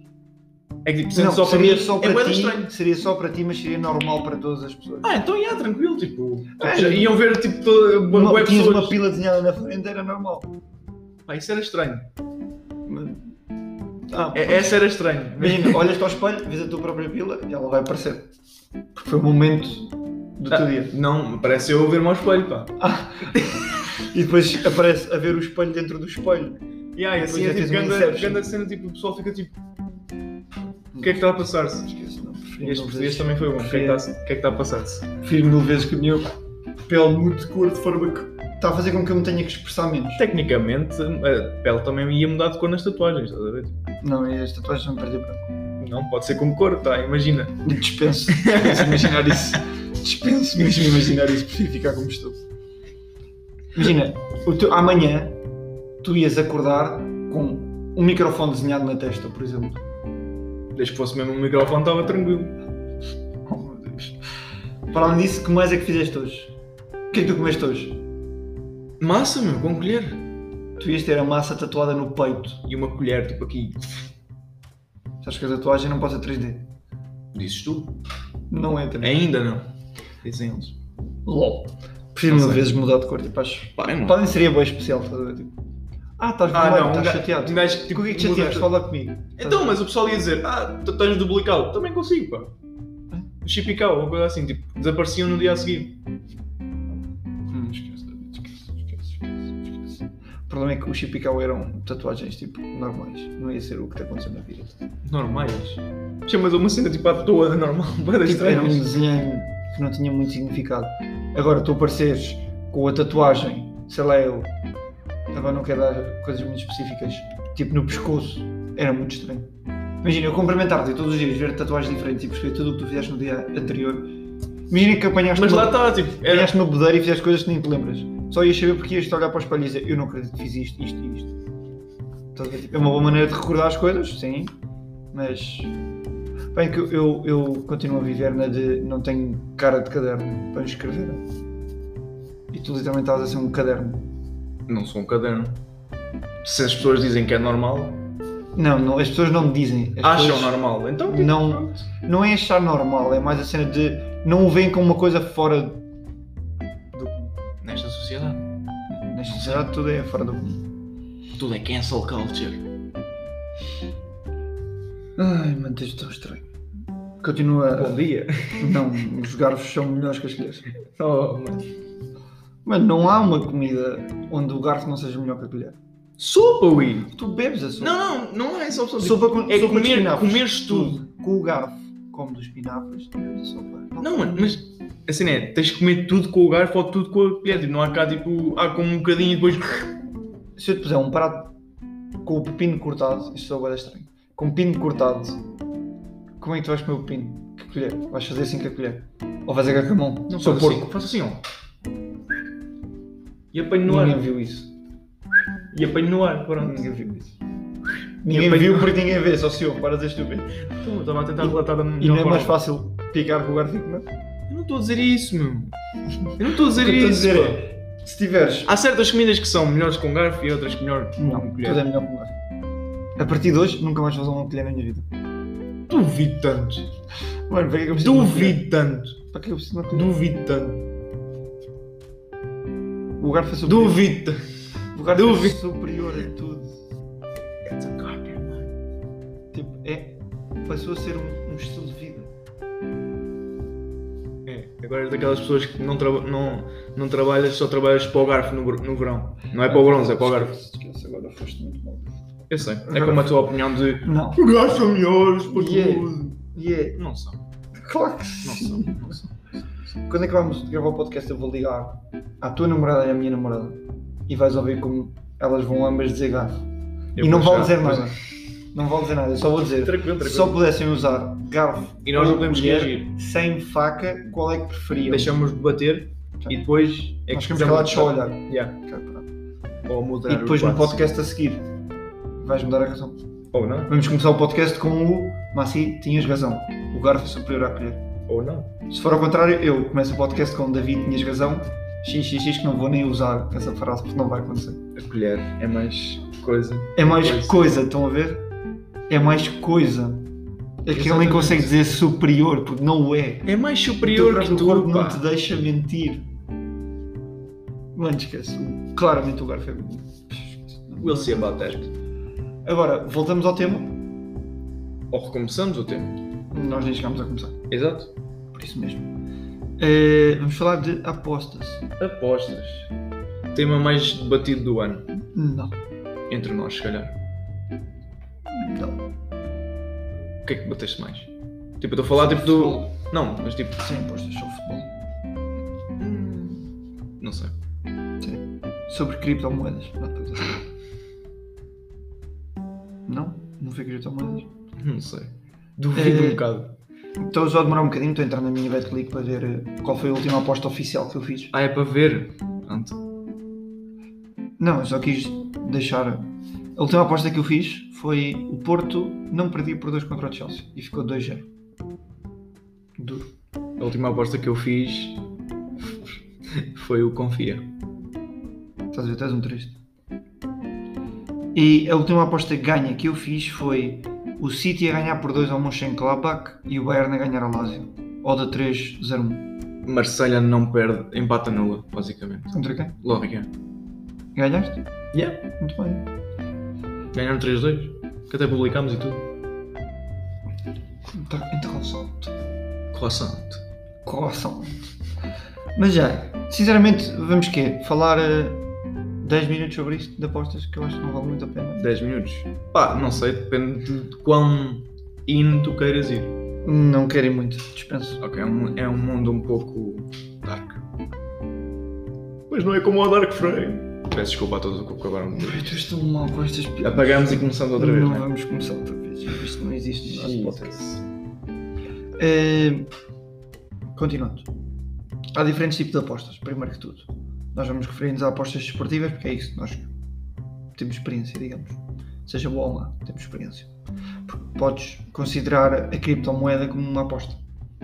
É que tipo, sendo
Não,
só para
seria
mim
só
é
para
bué
ti,
estranho.
seria só para ti, mas seria normal para todas as pessoas.
Ah, então ia, tranquilo, tipo.
Ah,
já- iam ver tipo toda, bué-
Não,
bué
tinhas
pessoas.
uma pila desenhada na frente, era normal.
Pá, isso era estranho.
Ah,
É- essa era estranho.
Imagina, olhas-te ao espelho, vês a tua própria pila e ela vai aparecer. Porque foi o momento do teu
Ah,
dia.
Não, parece eu ver-me ao espelho, pá.
E depois aparece a ver o espelho dentro do espelho.
E aí,
Depois
assim, é
já
tipo,
tens um
ganda,
Inception.
ganda cena, tipo, o pessoal fica tipo, o que é que está a passar-se?
Esquece, não. Prefiro
Este
mil
português
vezes-
também foi bom. O que é que
Preferia-
está a- o que é que está a passar-se?
prefiro mil vezes que a minha pele mude de cor de forma que está a fazer com que eu me tenha que expressar menos.
Tecnicamente, a pele também ia mudar de cor nas tatuagens, estás a ver? Tipo,
Não, e as tatuagens vão perder branco.
Não pode ser com cor, tá? Imagina.
Dispenso, dispenso imaginar isso. Dispenso mesmo imaginar isso, prefiro ficar como estou. Imagina, o teu- amanhã tu ias acordar com um microfone desenhado na testa, por exemplo.
Desde que fosse mesmo um microfone, estava tranquilo.
Oh meu Deus. Para além disso, que mais é que fizeste hoje? O que é que tu comeste hoje?
Massa, meu, com colher.
Tu ias ter a massa tatuada no peito.
E uma colher, tipo aqui.
Sabes que a tatuagem não pode ser 3D.
Dizes tu?
Não é entra.
Ainda não. Dizem eles.
LOL. Prefiro
Não
mil
sei.
vezes mudar de cor, tipo, acho.
Parem, mano.
Podem seria bem especial, estás a ver? Tipo, ah, estás
Ah,
vermelho,
não, um
estás
gajo-
chateado.
um gajo que, tipo,
Tipo, o que é que
muda-
chateaste? Fala comigo.
Então, mas o pessoal ia dizer, ah, tu tens duplicado. Também consigo, pá.
É?
O chip e ou coisa assim, tipo, desapareciam no dia a seguir.
Hum, esquece, David, esquece, esquece, esquece, esquece. O problema é que os Chipikau eram tatuagens tipo normais, não ia ser o que te aconteceu na vida.
Normais. Tinha mas uma cena tipo à toa, normal, bem das
Tipo, era um
estranhas.
desenho que não tinha muito significado. Agora, tu apareceres com a tatuagem, sei lá eu, também não quero dar coisas muito específicas, tipo no pescoço, era muito estranho. Imagina, eu cumprimentar-te e todos os dias ver tatuagens diferentes e perceber tudo o que tu fizeste no dia anterior. Imagina que apanhaste
Mas
uma-
lá está, tipo, era
Vieste uma bodeira e fizeste coisas que nem te lembras. Só ias saber porque ias-te olhar para os espelho e dizer eu não acredito que fiz isto, isto e isto. Estás a ver? Tipo, É uma boa maneira de recordar as coisas, sim. Mas. Bem que eu, eu, eu continuo a viver na de não tenho cara de caderno para me escrever. E tu literalmente estás a ser um caderno.
Não sou um caderno. Se as pessoas dizem que é normal,
Não, não, as pessoas não me dizem. As
acham
pessoas-
normal. Então, tipo,
Não.
pronto.
Não é achar normal, é mais a cena de não o veem como uma coisa fora do comum.
Nesta sociedade,
Nesta sociedade tudo é fora do comum.
tudo é cancel culture.
Ai, mano, tens tão estranho. Continua
Bom
a.
dia.
Não, Então, os garfos são melhores que as colheres.
Oh, mano.
Mano, não há uma comida onde o garfo não seja melhor que a colher.
Sopa, Wii.
Tu bebes a sopa.
Não, não, não é só opção. Tipo,
sopa com,
é
sopa de
comer-
espinafres.
comeres tudo.
Com o garfo, como dos espinafres, tu bebes a sopa.
Não, mano, mas assim é, tens de comer tudo com o garfo ou tudo com a colher. Tipo, não há cá tipo, ah, como um bocadinho e depois.
Se eu te puser um prato com o pepino cortado, isto soa bem estranho. Com o pepino cortado, como é que tu vais comer o pepino? Que colher? Vais fazer assim com a colher? Ou vais agarrar com a mão?
Não,
Sou
faço
porco.
assim, faço assim, ó. E apanho no
Ninguém
ar.
viu isso.
E apanho no ar, pronto.
Ninguém viu isso. Ninguém
apanho-
viu porque ninguém vê, só se ouve. Para de ser estúpido.
Então, eu estava a tentar relatar da melhor
E não é mais
forma.
fácil picar com o garfo e comer?
Eu não estou a dizer isso, meu. Eu não estou a
O
dizer
que eu estou a
isso.
dizer
pá.
é, se tiveres...
Há certas comidas que são melhores com garfo e outras que melhor com
Não, tudo
colher.
é melhor com o garfo. A partir de hoje, nunca mais vou usar uma colher na minha vida.
Duvido tanto.
Mano, para que é que eu preciso de uma colher?
Duvido tanto.
Para que é que eu preciso de uma colher?
Duvido tanto.
O garfo é superior.
Duvido
O garfo é
duvido.
superior a tudo.
tanto.
Tipo, é... Passou a ser um, um estilo de vida.
É, agora és daquelas pessoas que não, traba- não, não trabalhas, só trabalhas para o garfo no, br- no verão. Não é para o bronze, é para o garfo.
Esquece, agora foste muito mal.
Eu sei. É como a tua opinião de.
Não.
O é garfo são melhores
para tudo." E é...
Não são,
Claro que
não
sim.
são, não são.
Quando é que vamos gravar o podcast, eu vou ligar à tua namorada e à minha namorada. E vais ouvir como elas vão ambas dizer garfo. e não vale dizer nada. Não vale dizer nada, eu só vou dizer.
Tranquilo,
Se
tranquilo.
só pudessem usar garfo
E nós
ou
não podemos
colher,
reagir.
sem faca, qual é que preferiam?
Deixamos debater
Tá.
e depois. É
Nós ficamos calados só a olhar.
Yeah. Ou mudar
E depois
o
no
passo.
podcast a seguir vais mudar a razão.
Ou não,
Vamos começar o podcast com o Massi, tinhas razão. O garfo é superior à colher.
ou não.
Se for ao contrário, eu começo o podcast com o David, tinhas razão. XXX que não vou nem usar essa frase porque não vai acontecer.
A colher é mais coisa.
É mais
Pois.
coisa, estão a ver? É mais coisa. É que ele nem
Exatamente.
consegue dizer superior, porque não o é.
É mais
O teu
superior que
próprio
tu,
corpo não
pá.
te deixa mentir. Mano, esquece. O- Claramente o garfo é bonito.
We'll see about that.
Agora, voltamos ao tema.
Ou recomeçamos o tempo.
Nós nem chegámos a começar.
Exato.
Por isso mesmo. Eh, vamos falar de apostas.
Apostas. Tema mais debatido do ano.
Não.
Entre nós, se calhar.
Não.
O que é que bateste mais? Tipo, eu estou a falar tipo do.
Futebol.
Não, mas tipo.
Sim, apostas sobre futebol.
hum, Não sei.
Sobre criptomoedas. Não, tá bem. não? Não foi criptomoedas?
Não sei. Duvido
Eh,
um bocado.
Estou só a demorar um bocadinho, estou a entrar na minha BetClick para ver eh, qual foi a última aposta oficial que eu fiz.
Ah, é para ver. Pronto.
Não, eu só quis deixar. A última aposta que eu fiz foi o Porto não perdia por 2 contra o Chelsea e ficou 2-0. Duro.
A última aposta que eu fiz foi o Confia.
Estás a ver? Estás um triste. E a última aposta ganha que eu fiz foi o City a ganhar por 2 ao Mönchengladbach e o Bayern a ganhar ao Lazio. Oda 3-0-1.
Marselha não perde, empata nula, basicamente.
Contra quem?
Lógica.
Ganhaste?
Yeah.
Muito bem.
Ganharam 3-2. Que até publicámos e tudo.
Inter- Interroçante.
Croissant.
Croissant. Mas já, sinceramente, vamos quê? Falar eh, 10 minutos sobre isto de apostas, que eu acho que não vale muito a pena.
10 minutos. Pá, não sei, depende de quão in tu queiras ir.
Não querem muito, dispenso.
Ok, é um, é um mundo um pouco dark. Mas não é como o Dark Frame. Peço desculpa a todos que acabaram de
Pai, tu és tão mal com estas piadas.
Apagamos e começamos outra vez,
Não é?
né?
vamos começar outra vez. Isto não existe no nosso podcast.
Jesus.
Eh, continuando. Há diferentes tipos de apostas, primeiro que tudo. Nós vamos referir-nos a apostas desportivas, porque é isso que nós temos experiência, digamos. Seja boa ou má, temos experiência. Porque podes considerar a criptomoeda como uma aposta.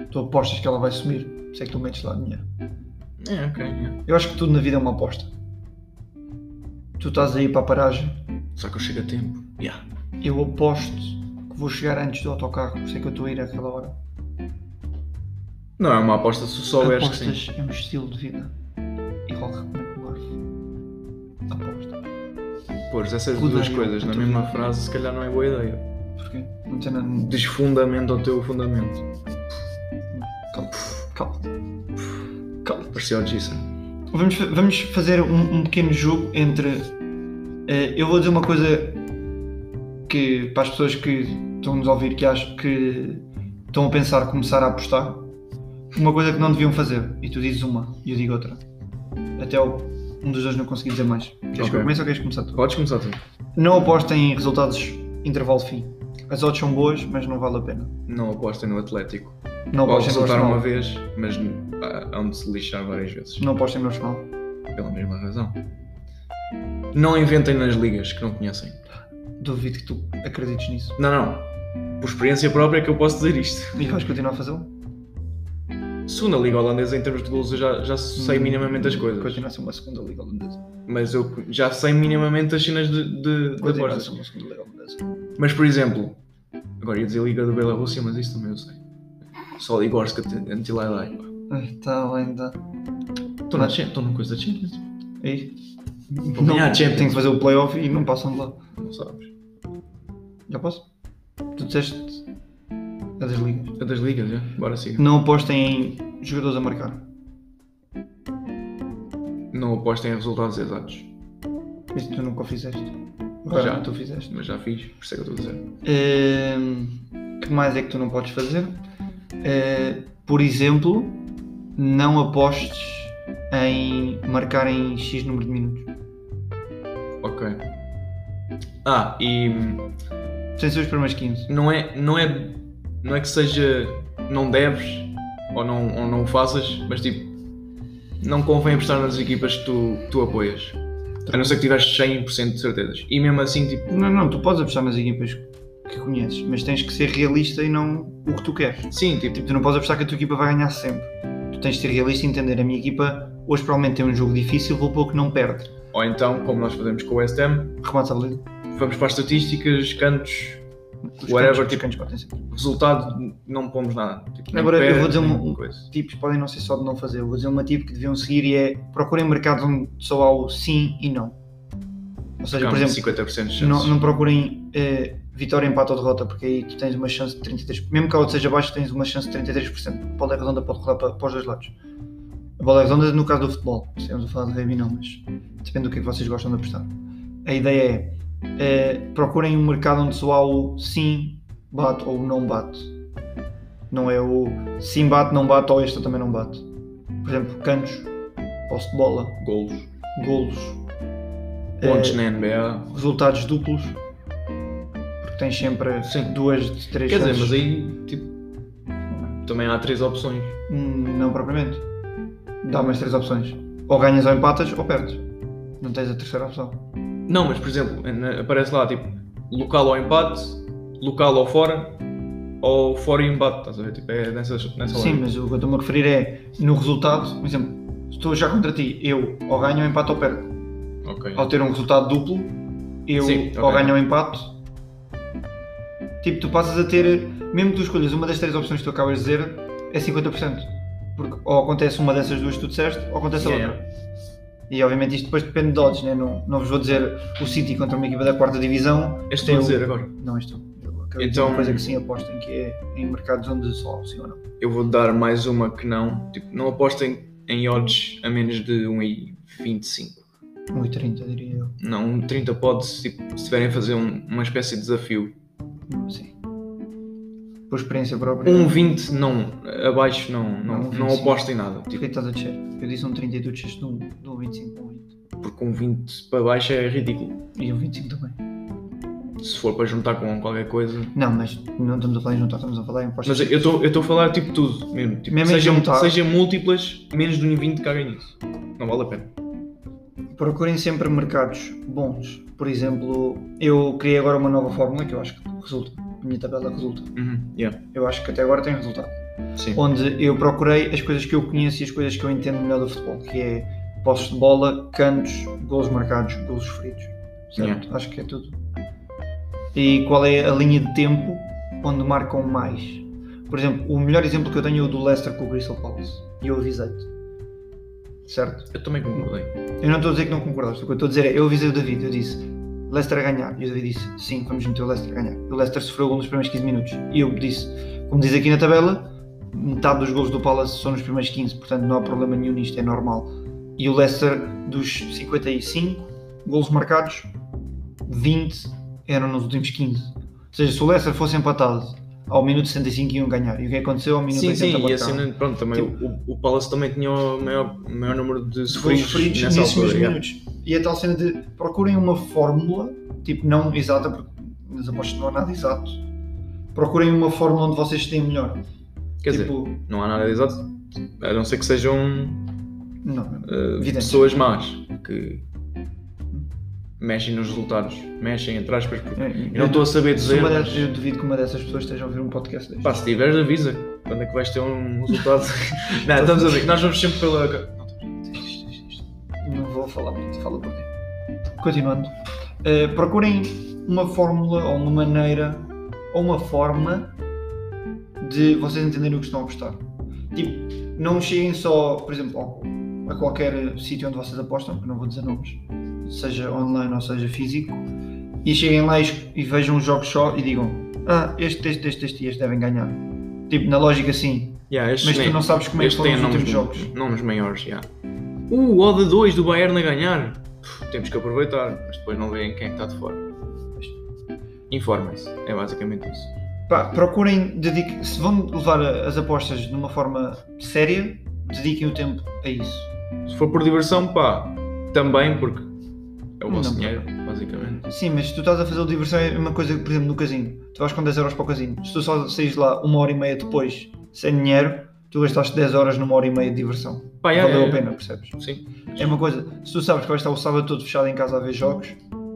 Tu apostas que ela vai subir, por isso é que tu metes lá dinheiro.
É, ok. é.
Eu acho que tudo na vida é uma aposta. Tu estás aí para a paragem,
Só que eu chego a tempo. Yeah.
eu aposto que vou chegar antes do autocarro, por isso é que eu estou a ir àquela hora.
Não é uma aposta se souberes que sim.
Apostas é um estilo de vida. E rock recomendar. Aposta.
Pôres essas
Cuidado,
duas coisas na
tu
mesma
vi.
frase, se calhar não é boa ideia.
Porquê? Não tem nada.
Desfundamento ao teu fundamento.
Calma. Calma. Calma.
Parecia o Jason.
Vamos, fa- vamos fazer um, um pequeno jogo entre. eh, eu vou dizer uma coisa que para as pessoas que estão nos a ouvir que acho que estão a pensar começar a apostar. Uma coisa que não deviam fazer. E tu dizes uma e eu digo outra. Até o- um dos dois não conseguir dizer mais. Queres que
Ok.
eu comece ou queres começar tu?
Podes começar tu.
Não apostem em resultados intervalo-fim. As odds são boas, mas não vale a pena.
Não apostem no Atlético.
Não
Pode
apostem no
resultar uma
Arsenal.
vez, mas ah, hão de se lixar várias vezes.
Não apostem no Arsenal.
Pela mesma razão. Não inventem nas ligas que não conhecem.
Duvido que tu acredites nisso.
Não, não. Por experiência própria é que eu posso dizer isto.
E vais continuar a fazê-lo?
Segunda Liga Holandesa, em termos de gols, eu já, já sei minimamente as coisas.
Hum, Continua a ser uma segunda liga holandesa.
Mas eu já sei minimamente as cenas de, de, de
Continua a
apostas.
ser uma segunda liga holandesa.
Mas, por exemplo, agora ia dizer Liga da Bielorrússia, mas isso também eu sei. Só Ligorska until I die. pá.
Está tá bem, está.
Estou na, Champions- estou na coisa da Champions.
Aí?
Vou ganhar a
tenho
Champions.
que fazer o playoff e não passam de lá.
Não sabes.
Já posso? Tu disseste a das ligas.
Tantas ligas, já. Bora, siga.
Não apostem em jogadores a marcar.
Não apostem em resultados exatos.
Isso tu nunca o fizeste.
Já.
Agora tu fizeste.
Mas já fiz, por isso é que eu estou a dizer.
Hum, que mais é que tu não podes fazer? Eh, por exemplo, não apostes em marcar em X número de minutos.
Ok. Ah, e hum,
Sem ser os primeiros 15.
não é, não é, não é que seja não deves ou não, ou não o faças, mas tipo, não convém apostar nas equipas que tu, que tu apoias. A não ser que tiveres 100% de certezas. E mesmo assim, tipo,
Não, não, tu podes apostar nas equipas que conheces, mas tens que ser realista e não o que tu queres.
sim, tipo,
Tipo, tu não podes apostar que a tua equipa vai ganhar sempre. Tu tens de ser realista e entender. A minha equipa hoje provavelmente tem um jogo difícil, vou pôr que não perde.
ou então, como nós fazemos com o West Ham,
Remate à valida.
vamos para as estatísticas, cantos,
Os
Whatever,
cantos- os
tipo-
cantos batem sempre.
resultado, não pomos nada. Tipo, nem
Agora, eu
pé,
vou dizer um-
nem
uma-
coisa.
tipos podem não ser só de não fazer. Eu Vou dizer uma tipo que deviam seguir e é procurem mercados onde só há o sim e não. Ou seja, por
Ficamos
exemplo,
50% de chances.
não, não procurem eh, vitória, empate ou derrota, porque aí tu tens uma chance de 33%. Mesmo que a outra seja baixa, tens uma chance de 33%. A bola é redonda pode rolar para, para os dois lados. A bola é redonda no caso do futebol. Estamos a falar de rugby, não, mas depende do que é que vocês gostam de apostar. A ideia é eh, procurem um mercado onde só há o sim bate ou o não bate. Não é o sim bate, não bate ou esta também não bate. Por exemplo, cantos, posse de bola,
Golos.
golos,
Pontos
eh,
na NBA.
resultados duplos. Porque tens sempre duas de três
Quer dizer,
chances.
mas aí tipo, também há três opções.
Hum, Não propriamente. Dá mais três opções. Ou ganhas ou empatas ou perdes. Não tens a terceira
Tá
opção.
Não, mas por exemplo, na- aparece lá tipo local ao empate, local ao fora, ou fora e empate, estás a ver? Tipo, é nessa, nessa
Sim,
ordem.
mas o que eu estou-me a referir é no resultado, por exemplo, estou já contra ti, eu ou ganho ou empato ou perco.
Ok.
Ao ter um resultado duplo, eu
Sim,
ou
ok.
ganho ou empato Tipo, tu passas a ter, mesmo que tu escolhas uma das três opções que tu acabas de dizer, é 50%. Porque ou acontece uma dessas duas que tu disseste, ou acontece a
Yeah.
outra. E obviamente isto depois depende de odds, né? não, não vos vou dizer o City contra uma equipa da quarta divisão.
És tu
tem
a
é o-
dizer agora.
Não, isto é
Então-
uma coisa que sim apostem, que é em mercados onde só há opção ou não.
Eu vou dar mais uma que não. Tipo, não apostem em odds a menos de 1,25.
1,30 diria eu.
Não, 30 pode se tipo, se tiverem a fazer um- uma espécie de desafio.
Hum, Sim. Por experiência própria.
1,20 não. Abaixo não, não,
Não,
não
25.
apostem nada.
Porquê que
Tipo,
estás a descer? Eu disse um 30 e tu desceste de um, de um 25 para um 8.
porque um 20 para baixo é ridículo.
E um 25 também.
Se for para juntar com qualquer coisa.
Não, mas não estamos a falar em juntar, estamos a falar em apostas.
Mas eu estou a falar tipo tudo mesmo. Tipo,
Mesmo em
seja,
juntar.
seja múltiplas, menos de 1,20 caguem nisso. Não vale a pena.
Procurem sempre mercados bons. Por exemplo, eu criei agora uma nova fórmula que eu acho que resulta. A minha tabela resulta.
Uhum, yeah,
Eu acho que até agora tem resultado.
Sim.
Onde eu procurei as coisas que eu conheço e as coisas que eu entendo melhor do futebol, que é postos de bola, cantos, golos marcados, golos feridos. Certo? Acho que é tudo. E qual é a linha de tempo onde marcam mais? Por exemplo, o melhor exemplo que eu tenho é o do Leicester com o Crystal Palace. E eu avisei-te. Certo?
Eu também concordei.
Eu não estou a dizer que não concordaste, o que eu estou a dizer é, eu avisei o David, eu disse, Leicester a ganhar, e o David disse, sim, vamos meter o Leicester a ganhar. E o Leicester sofreu gol nos primeiros 15 minutos, e eu disse, como diz aqui na tabela, metade dos gols do Palace são nos primeiros 15, portanto não há problema nenhum nisto, é normal. E o Leicester, dos 55 golos marcados, 20 eram nos últimos 15. Ou seja, se o Leicester fosse empatado ao minuto 65 iam ganhar, e o que aconteceu ao minuto
Sim,
80
sim, e
marcaram.
assim, pronto, também o, o Palace também tinha o maior, o maior número de
golos
sofridos
feridos
nessa
nesses mesmos
altura. yeah.
minutos. E a tal cena de procurem uma fórmula, tipo, não exata, porque nas apostas não há nada exato. Procurem uma fórmula onde vocês têm melhor.
Quer dizer,
tipo,
não há nada de exato, a não ser que sejam
não,
uh,
Evidente.
pessoas más que mexem nos resultados, mexem entre aspas, porque
eu,
eu não estou a saber
se
dizer.
uma
Mas,
dessas- eu duvido que uma dessas pessoas esteja a ouvir um podcast deste.
pá, se tiveres, avisa quando é que vais ter um resultado. não, estamos a ver, nós vamos sempre pela. Não,
Não vou falar muito, fala por ti. Continuando. Eh, procurem uma fórmula ou uma maneira ou uma forma de vocês entenderem o que estão a apostar. Tipo, não cheguem só, por exemplo, ao- a qualquer sítio onde vocês apostam, que não vou dizer nomes, seja online ou seja físico, e cheguem lá e, es- e vejam os jogos só e digam: Ah, este, este, este, este e este devem ganhar. Tipo, na lógica, sim,
Yeah, estes
mas tu
nem-
não sabes como é que
Este
foram
tem
os
nomes,
últimos jogos.
nomes maiores, já. Uh, o de 2 do Bayern a ganhar. Pff, Temos que aproveitar, mas depois não veem quem é que está de fora. Informem-se, é basicamente isso.
Pá, procurem, dedique, se vão levar a- as apostas de uma forma séria, dediquem o tempo a isso.
Se for por diversão, pá, também, porque é o vosso
Não,
dinheiro, basicamente.
Sim, mas se tu estás a fazer o diversão é uma coisa, por exemplo, no casino. Tu vais com 10 euros para o casino. Se tu só saís lá uma hora e meia depois, sem dinheiro, tu gastaste 10 horas numa hora e meia de diversão.
Pá, yeah,
Valeu
yeah,
a pena, percebes?
Sim.
É uma coisa, se tu sabes que vais estar o sábado todo fechado em casa a ver jogos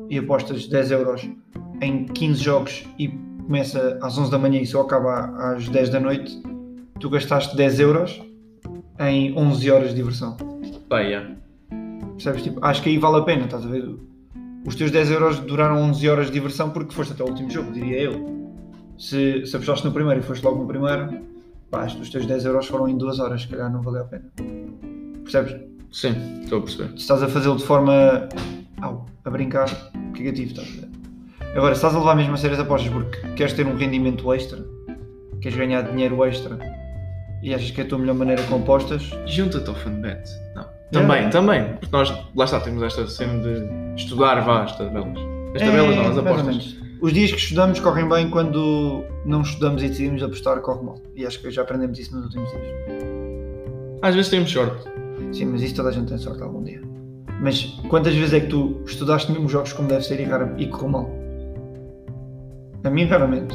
e apostas 10 euros em 15 jogos e começa às 11 da manhã e só acaba às 10 da noite, tu gastaste 10 euros em 11 horas de diversão.
Pá, yeah.
Percebes? Tipo, acho que aí vale a pena, estás a ver? Os teus 10 euros duraram 11 horas de diversão porque foste até o último jogo, diria eu. Se, se apostaste no primeiro e foste logo no primeiro, pá, acho que os teus 10 euros foram em 2 horas, se calhar não valeu a pena. Percebes?
Sim, estou a perceber.
se estás a fazê-lo de forma au, a brincar, negativo, estás a ver? Agora, se estás a levar mesmo a sério as apostas porque queres ter um rendimento extra, queres ganhar dinheiro extra e achas que é a tua melhor maneira com apostas,
Junta-te ao fanbet.
É.
Não. Também,
Yeah.
também. Porque nós, lá está, temos esta cena de estudar, vá, as tabelas. As
É,
tabelas não, as
mais ou
apostas.
menos. Os dias que estudamos correm bem, quando não estudamos e decidimos apostar, corre mal. E acho que já aprendemos isso nos últimos dias.
Às vezes temos sorte.
Sim, mas isso toda a gente tem sorte algum dia. Mas quantas vezes é que tu estudaste mesmo os jogos como deve ser e, rara- e correu mal? A mim, raramente.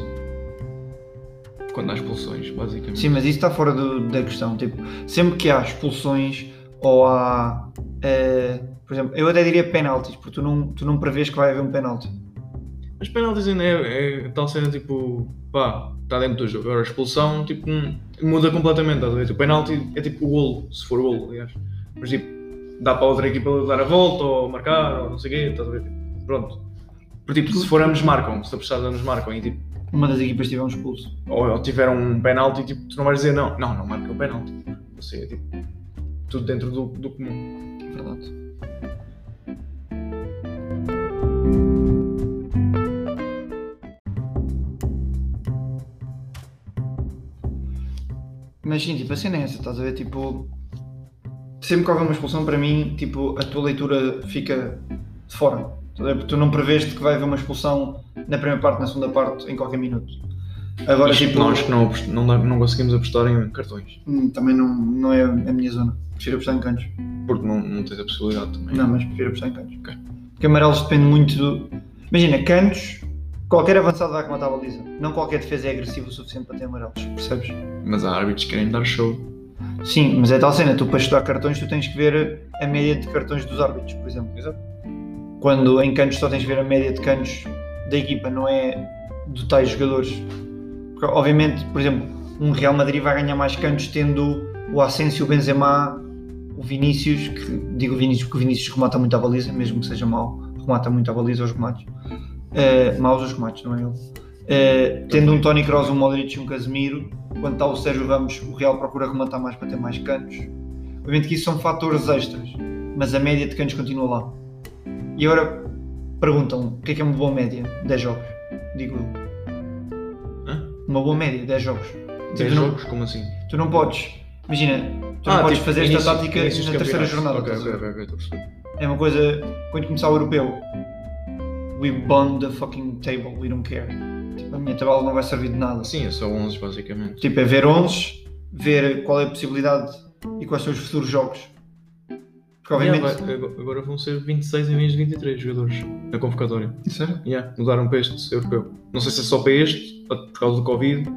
Quando há expulsões, basicamente.
Sim, mas isso está fora do- da questão. Tipo, sempre que há expulsões ou há. eh, por exemplo, eu até diria penaltis, porque tu não, tu não prevês que vai haver um penalti.
Mas penaltis ainda é, é tal cena tipo, pá, está dentro do jogo. Agora a expulsão, tipo, hum, muda completamente, estás a ver? Tipo, penalti é tipo o golo, se for o golo, aliás. Mas tipo, dá para a outra equipa dar a volta ou marcar ou não sei o quê, estás a ver? Tipo, Pronto. Porque tipo, se for ambos marcam, se apostar ambos marcam e tipo,
uma das equipas tiver um expulso.
Ou, ou tiver um penalti, tipo, tu não vais dizer não, não, não marca o penalti. Você é tipo, tudo dentro do, do comum.
Verdade. Mas sim, tipo, a cena é essa, estás a ver? Tipo, sempre que houver uma expulsão, para mim, tipo, a tua leitura fica de fora. Estás a ver? Porque tu não preveste que vai haver uma expulsão na primeira parte, na segunda parte, em qualquer minuto. Agora,
Mas,
tipo,
nós que não, apost- não, dá- não conseguimos apostar em cartões,
hum, também não, não é a minha zona. Prefiro apostar em cantos.
porque não, não tens a possibilidade também.
Não, mas prefiro apostar em cantos.
Ok.
Porque amarelos depende muito do. Imagina, cantos, qualquer avançado vai rematar a baliza. Não qualquer defesa é agressiva o suficiente para ter amarelos, percebes?
Mas há árbitros que querem dar show.
Sim, mas é tal cena, tu para estudar cartões tu tens que ver a média de cartões dos árbitros, por exemplo.
Exato.
Quando em cantos só tens de ver a média de cantos da equipa, não é de tais jogadores. Porque, obviamente, por exemplo, um Real Madrid vai ganhar mais cantos tendo o Asensio, o Benzema, o Vinícius, que digo Vinícius porque o Vinícius remata muito à baliza, mesmo que seja mau, remata muito à baliza aos remates. Eh, maus os remates, não é ele. Eh, tendo um Toni Kroos, um Modric e um Casemiro, quando está o Sérgio Ramos, o Real procura rematar mais para ter mais cantos. Obviamente que isso são fatores extras, mas a média de cantos continua lá. E agora perguntam o que é que é uma boa média? 10 jogos, digo eu.
Hã?
Uma boa média, 10 jogos. Tipo,
10
não-
jogos? Como assim?
Tu não podes, imagina, tu não podes
tipo,
fazer esta
início-
tática
inícios de
na terceira
campeonato.
jornada.
Ok,
estás a
ok,
ver?
ok, ok, estou a perceber.
É uma coisa, quando começar o europeu, we bomb the fucking table, we don't care. Tipo, a minha tabela não vai servir de nada. assim.
Sim, é só 11 basicamente.
Tipo, é ver 11, ver qual é a possibilidade e quais são os futuros jogos. Porque, obviamente.
Yeah, vai- agora- agora vão ser 26 em vez de 23 jogadores na convocatória.
Sério?
Yeah, mudaram para este europeu. Não sei se é só para este, ou por causa do Covid,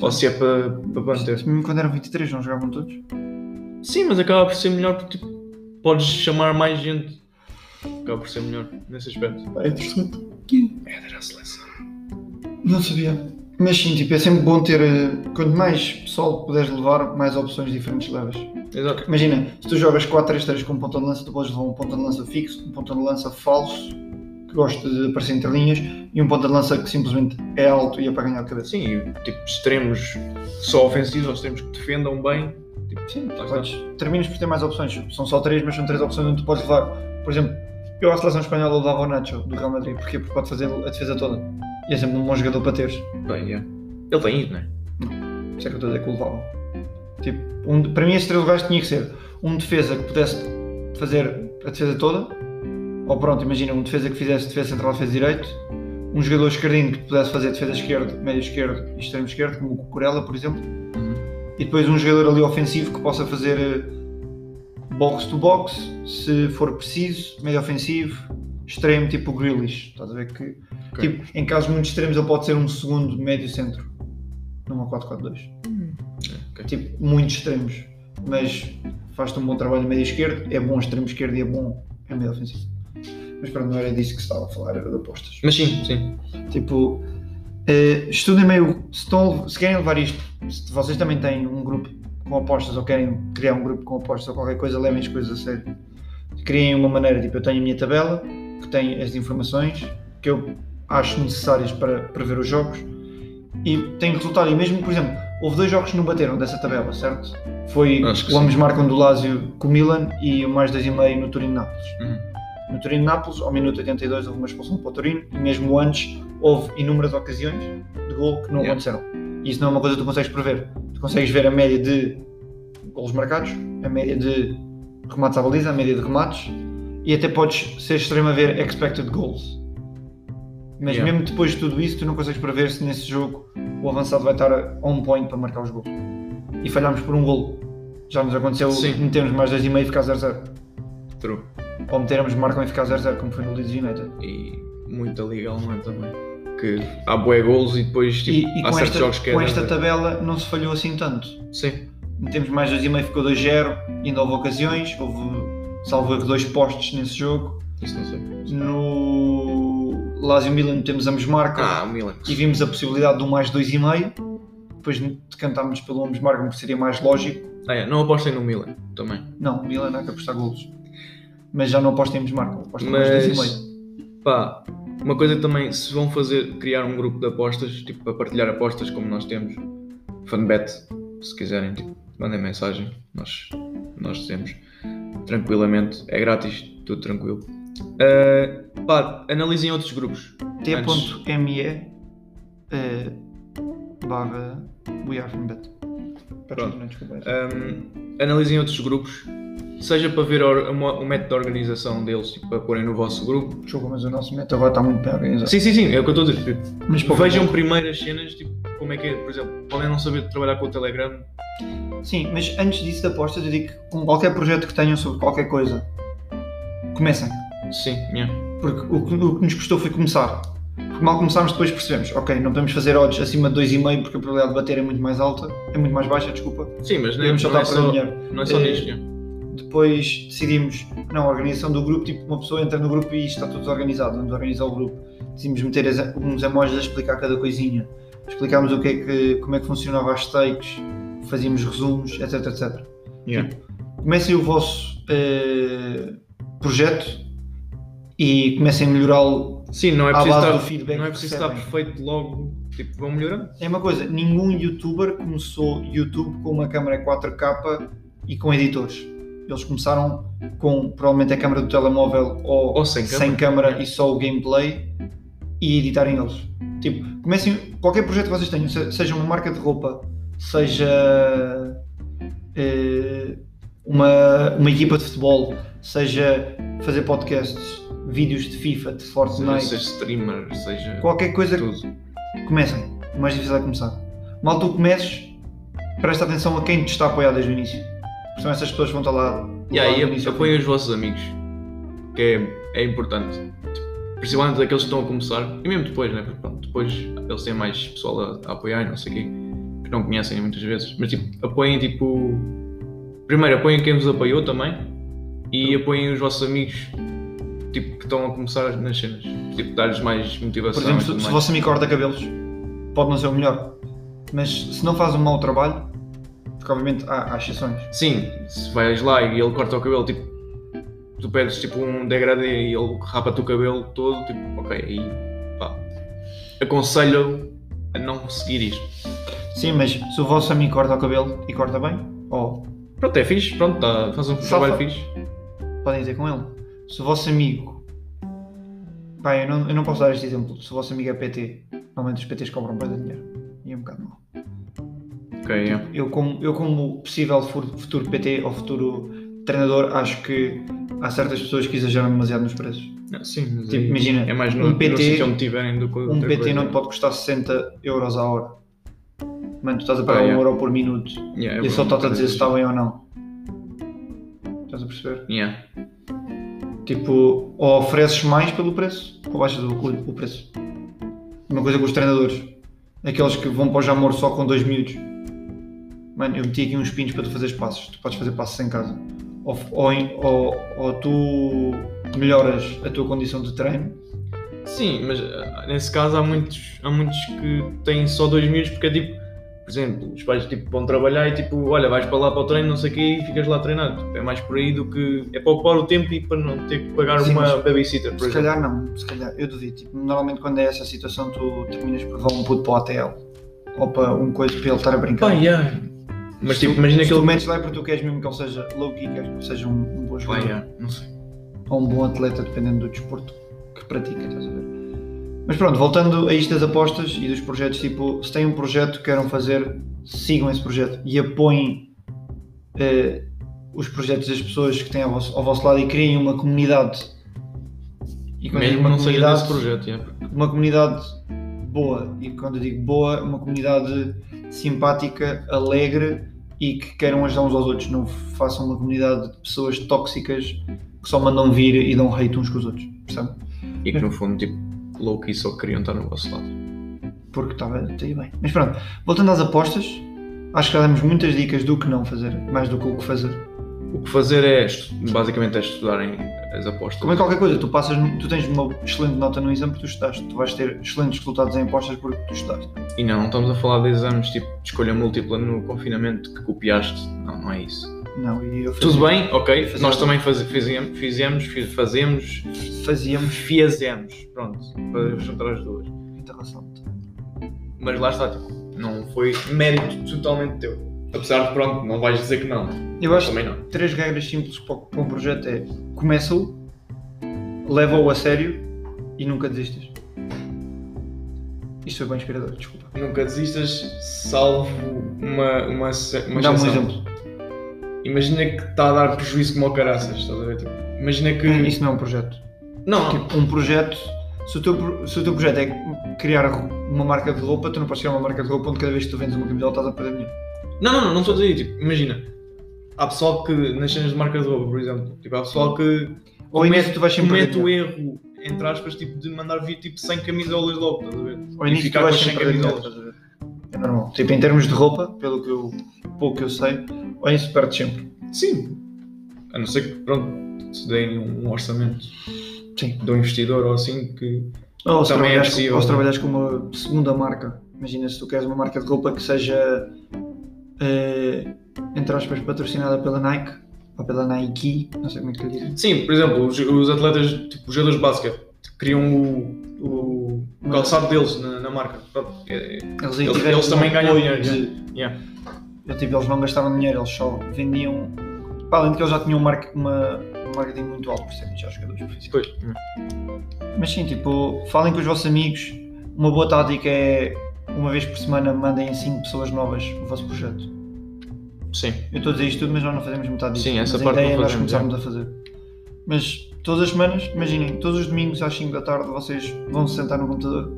ou se é para, para manter.
Mesmo quando eram 23, não jogavam todos?
Sim, mas acaba por ser melhor porque tipo, podes chamar mais gente. Acaba por ser melhor nesse aspecto.
É interessante.
É dar a seleção.
Não sabia. Mas sim, tipo, é sempre bom ter. eh, Quanto mais pessoal puderes levar, mais opções diferentes levas.
Exato.
Imagina, se tu jogas 4-3-3 com um ponta de lança, tu podes levar um ponta de lança fixo, um ponta de lança falso, que gosta de aparecer entre linhas, e um ponta de lança que simplesmente é alto e é para ganhar a cabeça.
Sim, e, tipo extremos só ofensivos ou extremos que defendam bem. Tipo,
Sim,
lá está.
podes, terminas por ter mais opções. São só três, mas são três opções onde tu podes levar. Por exemplo, eu à seleção espanhola levava o Nacho do Real Madrid. Porquê? Porque pode fazer a defesa toda. E é sempre um bom jogador para teres.
Bem, yeah. Ele tem ido, não é?
Por isso é que eu estou a dizer que o levava. Tipo, um de- para mim, esses três lugares tinha que ser um defesa que pudesse fazer a defesa toda, ou pronto, imagina, um defesa que fizesse defesa central, defesa direito, um jogador esquerdinho que pudesse fazer defesa esquerda, médio esquerdo e extremo esquerdo, como o Cucurella, por exemplo, e depois um jogador ali ofensivo que possa fazer eh, box to box, se for preciso, médio ofensivo, extremo, tipo o Grealish, estás a ver que,
Ok.
tipo, em casos muito extremos ele pode ser um segundo médio centro, numa 4-4-2
Ok.
tipo, muitos extremos, mas faz-te um bom trabalho no meio esquerdo, é bom extremo esquerdo e é bom a meio ofensivo. Mas pronto, não era disso que se estava a falar, era de apostas.
Mas sim, sim.
Tipo, eh, estudem meio, se, estão, se querem levar isto, se vocês também têm um grupo com apostas ou querem criar um grupo com apostas ou qualquer coisa, levem as coisas a sério. Criem uma maneira, tipo, eu tenho a minha tabela, que tem as informações que eu acho necessárias para prever os jogos e tem resultado. E mesmo, por exemplo, houve dois jogos que não bateram dessa tabela, certo? Foi
Acho que
o ambos marcam do Lazio com o Milan e o mais 2,5 no Turino-Nápoles.
Uhum.
No Turino-Nápoles, ao minuto 82, houve uma expulsão para o Turino e mesmo antes houve inúmeras ocasiões de gol que não
Yeah.
aconteceram. E isso não é uma coisa que tu consegues prever. Tu consegues ver a média de golos marcados, a média de remates à baliza, a média de remates e até podes ser extremo a ver expected goals. Mas
Yeah.
mesmo depois de tudo isso, tu não consegues prever se nesse jogo o avançado vai estar a on point para marcar os gols. E falhámos por um golo. Já nos aconteceu
Sim.
metermos mais 2,5 e ficar 0-0.
True.
Ou metermos marcam e ficar 0-0, como foi no Leeds United.
e muita liga alemã também. Que há bué golos e depois tipo,
e e
há
com,
certos
esta,
jogos que é
com
da-
esta tabela não se falhou assim tanto.
Sim,
Metemos mais 2,5, ficou 2-0. Ainda houve ocasiões, houve salvo erro dois postes nesse jogo.
isso não sei.
No Lazio Milan metemos ambos marcam.
Ah, o Milan.
e vimos a possibilidade do mais 2,5. Depois decantámos pelo Homens Margam, porque seria mais lógico.
Ah, é, não apostem no Milan também.
Não, o Milan há que apostar golos. Mas já não aposta em Homens Margam, aposta em mais
Mas
2,5.
pá, Uma coisa que também, se vão fazer, criar um grupo de apostas, tipo, para partilhar apostas, como nós temos, Funbet, se quiserem, tipo, mandem mensagem, nós, nós dizemos tranquilamente, é grátis, tudo tranquilo. Uh, pá, analisem outros grupos. Antes-
T.me eh, barra We Are From Bet.
Pronto.
Não, desculpa.
Um, analisem outros grupos, seja para ver a or- uma- o método de organização deles, tipo, para porem no vosso grupo.
Desculpa, mas o nosso método agora está muito bem organizado.
Sim, sim, sim, é o que eu estou a dizer. tipo,
Mas pouco a
Vejam
pouco.
primeiro as cenas, tipo, como é que é, por exemplo, podem não saber trabalhar com o Telegram.
Sim, mas antes disso de apostas, eu digo que com qualquer projeto que tenham sobre qualquer coisa, comecem.
Sim, yeah.
Porque o que, o que nos custou foi começar. Porque mal começámos, depois percebemos, ok, não podemos fazer odds acima de 2,5 porque a probabilidade de bater é muito mais alta, é muito mais baixa, desculpa.
Sim, mas não é,
Podemos só
não é
estar
só,
por dinheiro.
não é só
Eh,
nisto. yeah.
Depois decidimos, não, a organização do grupo, tipo, uma pessoa entra no grupo e está tudo desorganizado, vamos organizar o grupo. Decidimos meter as- uns emojis a explicar cada coisinha. Explicámos o que é que, como é que funcionava as stakes, fazíamos resumos, etc, etc.
Yeah.
Tipo, comecem o vosso eh, projeto e comecem a melhorá-lo.
Sim, não é
à
preciso,
base
estar,
do feedback
não é
que
preciso estar
recebem.
perfeito logo, tipo, vão melhorando.
É uma coisa, nenhum youtuber começou YouTube com uma câmera 4K e com editores. Eles começaram com provavelmente a câmera do telemóvel ou,
Ou sem câmera.
câmera e só o gameplay e editarem eles. Tipo, comecem qualquer projeto que vocês tenham, se- seja uma marca de roupa, seja eh, uma, uma equipa de futebol, seja fazer podcasts, vídeos de FIFA, de
Seja,
Fortnite,
seja streamer, seja
qualquer coisa que
tudo.
comecem. O mais difícil é começar. Mal tu comeces, presta atenção a quem te está a apoiar desde o início. Porque são essas pessoas que vão estar lá.
E aí
lá do início ao fim.
apoiem os vossos amigos, que é, é importante. Tipo, Principalmente aqueles que estão a começar, e mesmo depois, né? Porque pronto, depois eles têm mais pessoal a, a apoiar, e não sei o quê, que não conhecem muitas vezes. Mas tipo, apoiem tipo. Primeiro apoiem quem vos apoiou também e apoiem os vossos amigos tipo, que estão a começar nas cenas. Tipo, dar-lhes mais
Por
motivação
exemplo,
e tudo
se, se
mais.
você me corta cabelos, pode não ser o melhor. Mas se não faz um mau trabalho, porque obviamente há, há exceções.
Sim, se vais lá e ele corta o cabelo, tipo, tu pedes tipo um degradê e ele rapa o cabelo todo, tipo, ok, aí pá. Aconselho a não seguir isto.
Sim, mas se o vosso amigo corta o cabelo e corta bem, ou
Pronto, é fixe, pronto, tá, faz um
Safa.
trabalho fixe.
podem ter com ele. Se o vosso amigo. Pai, eu não, eu não posso dar este exemplo. Se o vosso amigo é PT, normalmente os PTs cobram bem de dinheiro. E é um bocado mau.
Ok, é.
Eu como, eu como possível fu- futuro PT ou futuro treinador, acho que há certas pessoas que exageram demasiado nos preços.
Não, Ah, Sim, mas
Tipo,
aí
imagina,
é mais no,
um
no
PT
sítio onde tiverem do que
Um
outra
PT
coisa.
não te pode custar 60 euros a hora. Mano, tu estás a pagar
Ah,
1
yeah.
euro por minuto
Yeah, é
e ele só está a dizer se está
estava
bem ou não. Estás a perceber?
Yeah.
Tipo, ou ofereces mais pelo preço ou baixas o, o- o preço. Uma coisa com os treinadores. Aqueles que vão para o Jamor só com dois miúdos. Mano, eu meti aqui uns pinos para tu fazeres passos. Tu podes fazer passos em casa. Ou, f- ou em- ou- ou tu melhoras a tua condição de treino.
Sim, mas ah, nesse caso há muitos, há muitos que têm só dois miúdos porque é tipo, por exemplo, os pais tipo, vão trabalhar e tipo, olha, vais para lá para o treino, não sei o quê, e ficas lá treinado. Tipo, É mais por aí do que. É para ocupar o tempo e para não ter que pagar
Sim,
uma
mas-
babysitter, por
Se
exemplo.
calhar não, se calhar, eu duvido. Tipo, normalmente quando é essa situação tu terminas por levar um puto para o hotel. Ou para um coisa para ele estar a brincar.
Pá, yeah. Mas
Se
tipo,
tu-
imagina
se
que ele.
tu metes lá é porque tu queres mesmo que ele seja low key, queres que ele seja um, um bom
Pá,
jogador.
yeah, é. não sei.
ou um bom atleta, dependendo do desporto que pratica, estás a ver? Mas pronto, voltando a isto das apostas e dos projetos, tipo, se têm um projeto que queiram fazer, sigam esse projeto e apoiem eh, os projetos das pessoas que têm ao vosso, ao vosso lado e criem uma comunidade. E quando digo
Mesmo
uma
não seja
comunidade,
desse projeto, é. yeah. porque-
uma comunidade boa, e quando eu digo boa, uma comunidade simpática, alegre e que queiram ajudar uns aos outros, não façam uma comunidade de pessoas tóxicas que só mandam vir e dão hate uns com os outros, percebe?
E que no fundo, tipo, louco e só queriam estar no vosso lado.
Porque estava até aí bem. Mas pronto, voltando às apostas, acho que já demos muitas dicas do que não fazer, mais do que o que fazer.
O que fazer é, estu- basicamente, é estudarem as apostas.
Como é qualquer coisa, tu passas, no- tu tens uma excelente nota no exame porque tu estudaste, tu vais ter excelentes resultados em apostas porque tu estudaste.
E não, não estamos a falar de exames tipo de escolha múltipla no confinamento que copiaste. Não, não é isso.
Não, e eu
Tudo bem? Ok.
Fazemos.
Nós também faz, fizemos, fizemos, fiz- fazemos,
Fazíamos
fiazemos. Pronto, para juntar as duas.
muita razão.
Mas lá está, tipo, não foi mérito totalmente teu. Apesar de, pronto, não vais dizer que não.
Eu acho
Também não.
três regras simples para o- para um projeto é começa-o, leva-o a sério e nunca desistas. Isto foi bem inspirador, desculpa.
Nunca desistas, salvo uma, uma, ce- uma
Dá-me um
exceção.
exemplo.
Imagina que está a dar prejuízo como ao caraças, estás a ver? Tipo, imagina que.
Isso não é um projeto.
Não,
Tipo, um projeto. Se o, teu, pro- se o teu projeto é criar uma marca de roupa, tu não podes criar uma marca de roupa onde cada vez que tu vendes uma camisola estás a perder dinheiro.
Não, não, não, não estou a dizer, tipo, imagina. Há pessoal que, nas cenas de marca de roupa, por exemplo, tipo, há pessoal que
Ou início tu vais sempre perder
comete o
dinheiro.
erro, entre aspas, tipo, de mandar vir tipo 100 camisolas logo, estás a ver?
Ou
e
início
ficar
tu vais
com
sempre
100
perder dinheiro.
camisolas.
estás a ver? É normal. Tipo, em termos de roupa, pelo que eu, pouco que eu sei, ou início perdes sempre.
Sim. A não ser que, pronto, te deem um orçamento
Sim.
de um investidor ou assim que.
Ou se,
Também é
trabalhares,
possível.
com, ou se trabalhares com uma segunda marca. Imagina se tu queres uma marca de roupa que seja, eh, entre aspas, patrocinada pela Nike ou pela Nike, não sei como é que lhe dizem.
Sim, por exemplo, os, os atletas, tipo, os jogadores de basquete, criam o, o
Mas-
calçado deles na, na marca. Pronto, é- é-
Eles,
Eles-
tiveram
eles
um
também ganham
apoio
dinheiro,
de-
yeah.
Eu, tipo, eles não gastavam dinheiro, eles só vendiam. Para além de que eles já tinham um, mark- uma- um marketing muito alto, por serem já jogadores profissionais.
Pois.
Mas sim, tipo, falem com os vossos amigos. Uma boa tática é uma vez por semana mandem a 5 pessoas novas o vosso projeto.
Sim.
Eu estou a dizer isto tudo, mas nós não fazemos metade disso.
Sim, essa
mas
parte
a ideia
não
é nós
fazemos,
começarmos a fazer. Mas todas as semanas, imaginem, todos os domingos às 5 da tarde vocês vão se sentar no computador,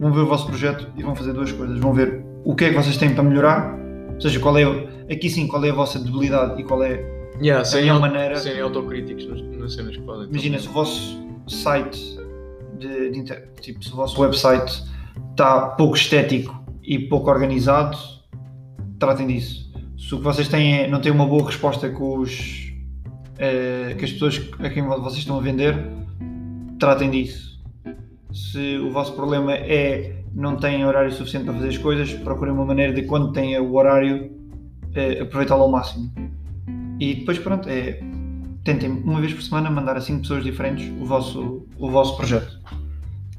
vão ver o vosso projeto e vão fazer duas coisas. Vão ver o que é que vocês têm para melhorar, ou seja, qual é, aqui sim, qual é a vossa debilidade e qual é
Yeah, sem,
melhor
au-
maneira-
sem autocríticos nas, nas cenas que fazem. então.
Imagina se o vosso site, de, de inter- tipo, se o vosso website está pouco estético e pouco organizado, tratem disso. Se o que vocês têm é, não tem uma boa resposta com os eh, com as pessoas a quem vocês estão a vender, tratem disso. Se o vosso problema é não têm horário suficiente para fazer as coisas, procurem uma maneira de quando têm o horário eh, aproveitá-lo ao máximo. E depois pronto, é tentem uma vez por semana mandar a 5 pessoas diferentes o vosso, o vosso projeto.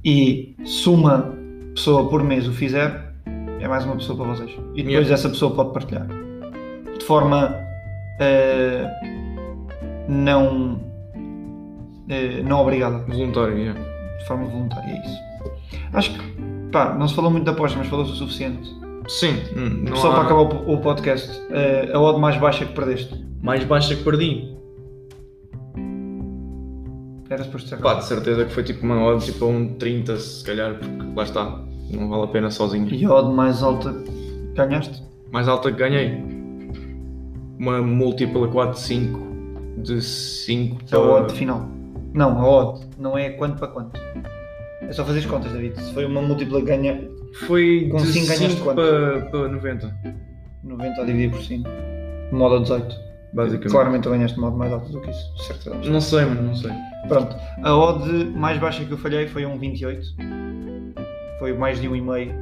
E se uma pessoa por mês o fizer, é mais uma pessoa para vocês. E depois
Yeah.
essa pessoa pode partilhar. De forma eh, não, eh, não obrigada
Voluntário, yeah.
de forma voluntária, é isso. Acho que, pá, não se falou muito da aposta, mas falou-se o suficiente.
Sim, hum, não
Só
há-
para acabar o, po- o podcast, eh, a odd mais baixa que perdeste.
Mais baixa que perdi.
Era suposto ser
Pá, de certeza que foi tipo uma odd, tipo a um 30, se calhar, porque lá está, não vale a pena sozinho.
E a odd mais alta ganhaste?
Mais alta que ganhei. Uma múltipla 4, 5, de 5
A é odd
para...
final. Não, a odd. Não é quanto para quanto. É só fazer as contas, David. Se foi uma múltipla ganha
Foi
Com
de
cinco
5,
ganhaste quanto?
para, para 90,
90 a dividir por 5. Modo a 18.
basicamente.
Claramente tu ganhaste modo mais alto do que isso. Certeza.
Não sei, mano, não sei.
Pronto, a odd mais baixa que eu falhei foi um 28. Foi mais de um e meio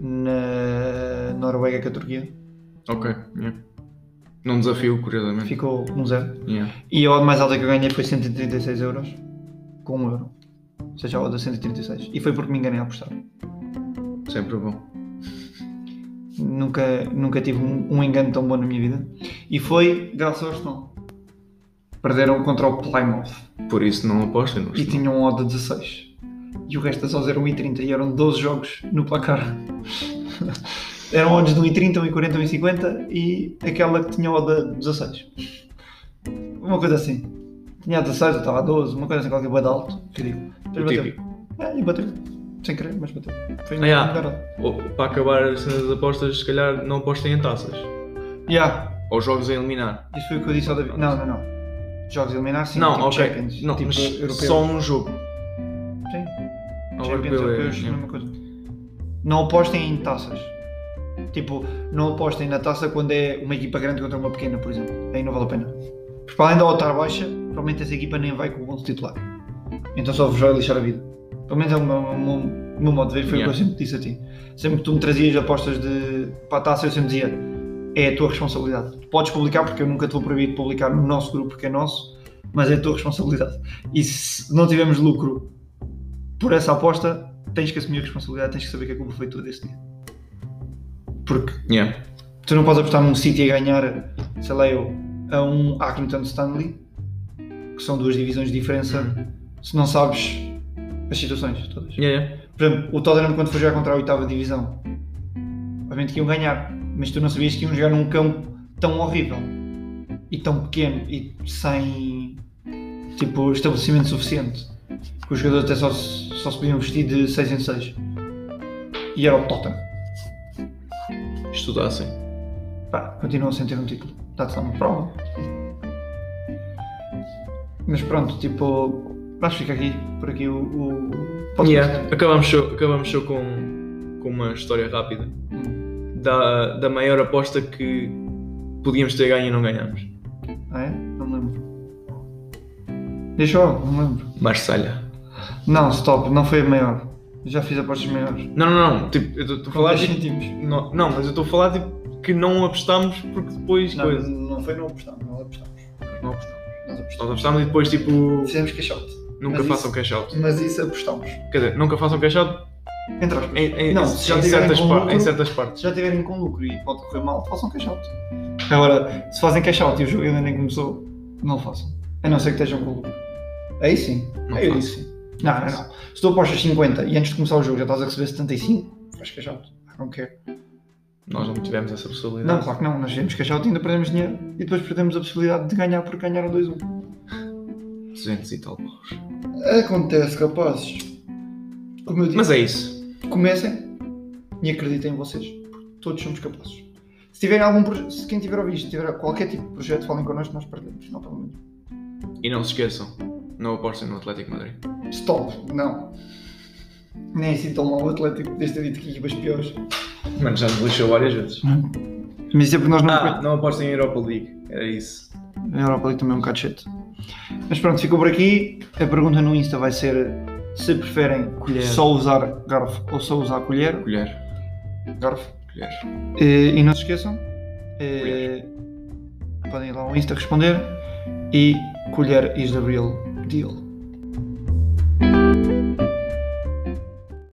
na Noruega com a Turquia.
Ok, yeah. Num desafio, curiosamente.
Ficou um zero.
Yeah.
E a odd mais alta que eu ganhei foi 136 euros. Com um euro. Ou seja, a odd a 136. E foi porque me enganei a apostar.
Sempre bom.
Nunca, nunca tive um, um engano tão bom na minha vida. E foi graças ao Arsenal. Perderam contra o Plymouth.
Por isso não apostem no
E
Arsenal.
tinham um odd a 16. E o resto é só 0,1,30 e eram 12 jogos no placar. eram odds de 1,30, 1,40, 1,50 e aquela que tinha odd a 16. Uma coisa assim. Tinha a 16, eu estava a 12, uma coisa assim, qualquer coisa de alto. Ridículo. Depois
O
bateu.
típico.
É, e bateu. Sem querer, mas bateu. Foi
Ah, yeah.
melhor odd.
Ou- Para acabar as cenas das apostas, se calhar não apostem em taças.
Yeah,
Ou jogos a eliminar.
isso foi o que eu disse ao David. Não, não, não. Jogos eliminar, sim.
não,
tipo
ok.
Champions,
não,
tipo
mas
europeus.
só um jogo.
Sim.
Não,
Champions
europeu é-
europeus,
é.
mesma coisa. Não apostem em taças. Tipo, não apostem na taça quando é uma equipa grande contra uma pequena, por exemplo. Aí não vale a pena. Porque para além da outra baixa, provavelmente essa equipa nem vai com o bom titular. Então só vos vai lixar a vida. Pelo menos é o meu, o meu- o meu modo de ver, foi o que
Yeah.
eu sempre disse a ti. Sempre que tu me trazias apostas de, para a taça, eu sempre dizia: é a tua responsabilidade. Tu podes publicar, porque eu nunca te vou proibir de publicar no nosso grupo, porque é nosso, mas é a tua responsabilidade. E se não tivermos lucro por essa aposta, tens que assumir a responsabilidade, tens que saber que a culpa foi tua desse dia. Porque
Yeah.
tu não podes apostar num City a ganhar, sei lá eu, a um Accrington Stanley, que são duas divisões de diferença, se não sabes as situações todas.
Yeah, yeah.
Por exemplo, o Tottenham quando foi jogar contra a oitava divisão, obviamente que iam ganhar, mas tu não sabias que iam jogar num campo tão horrível e tão pequeno e sem tipo estabelecimento suficiente que os jogadores até só, se- só se podiam vestir de 6 em 6 e era o Tottenham.
Estudassem.
Pá, continuam sem ter um título. That's not a problem. Mas pronto, tipo, acho que fica aqui, por aqui o, o podcast.
Yeah. Acabamos, só, acabamos só com, com uma história rápida
Hum,
da, da maior aposta que podíamos ter ganho e não ganhamos.
ah, é? Não me lembro. Deixa eu, não me lembro.
Marselha.
Não, stop, não foi a maior. Eu Já fiz apostas maiores.
Não, não, não. Tipo, eu estou- estou a falar.
10
tipo,
centimos.
não, não, mas eu estou a falar tipo, que não apostámos porque depois.
Não,
coisa.
não foi, não apostámos, não apostámos.
Não apostámos.
Nós
Nós
apostámos.
apostámos e depois, tipo,
Fizemos caixote. Mas
nunca
isso-
façam cash out.
Mas isso apostámos.
Quer dizer, nunca façam cash out
Entre aspas.
em, em,
Não,
em
se já tiverem
certas
com
par-
lucro-
em certas partes.
se já tiverem com lucro e pode correr mal, façam cash out. Agora, se fazem cash out e o jogo ainda nem começou, não façam. A não ser que estejam com lucro. Aí sim.
Não
Aí eu
faço.
disse sim. Não, não, não. Se tu apostas 50 e antes de começar o jogo já estás a receber 75, faz cash out. I don't care.
Nós não tivemos essa
Não,
possibilidade.
claro que não. Nós viemos cash out e ainda perdemos dinheiro e depois perdemos a possibilidade de ganhar porque ganharam 2-1.
200 e tal paus.
Acontece, rapazes. Como eu disse,
Mas é isso.
comecem e acreditem em vocês. porque Todos somos capazes. Se tiverem algum projeto, se quem tiver ouvido, se tiver qualquer tipo de projeto, falem connosco, nós partilhamos. Não, pelo menos.
E não se esqueçam, não apostem no Atlético de Madrid.
Stop, não. Nem é assim tão mal o Atlético, desde ter dito que equipas piores.
Mano, já nos lixou várias vezes.
Mas isso é porque nós não.
Ah, não apostem em Europa League. Era isso.
A Europa League também é um bocado chato. Mas pronto, ficou por aqui. A pergunta no Insta vai ser se preferem
Colher.
só usar garfo ou só usar colher.
Colher.
Garfo.
Colher.
Eh, E, não se esqueçam, eh, podem ir lá ao Insta responder e colher is the real deal.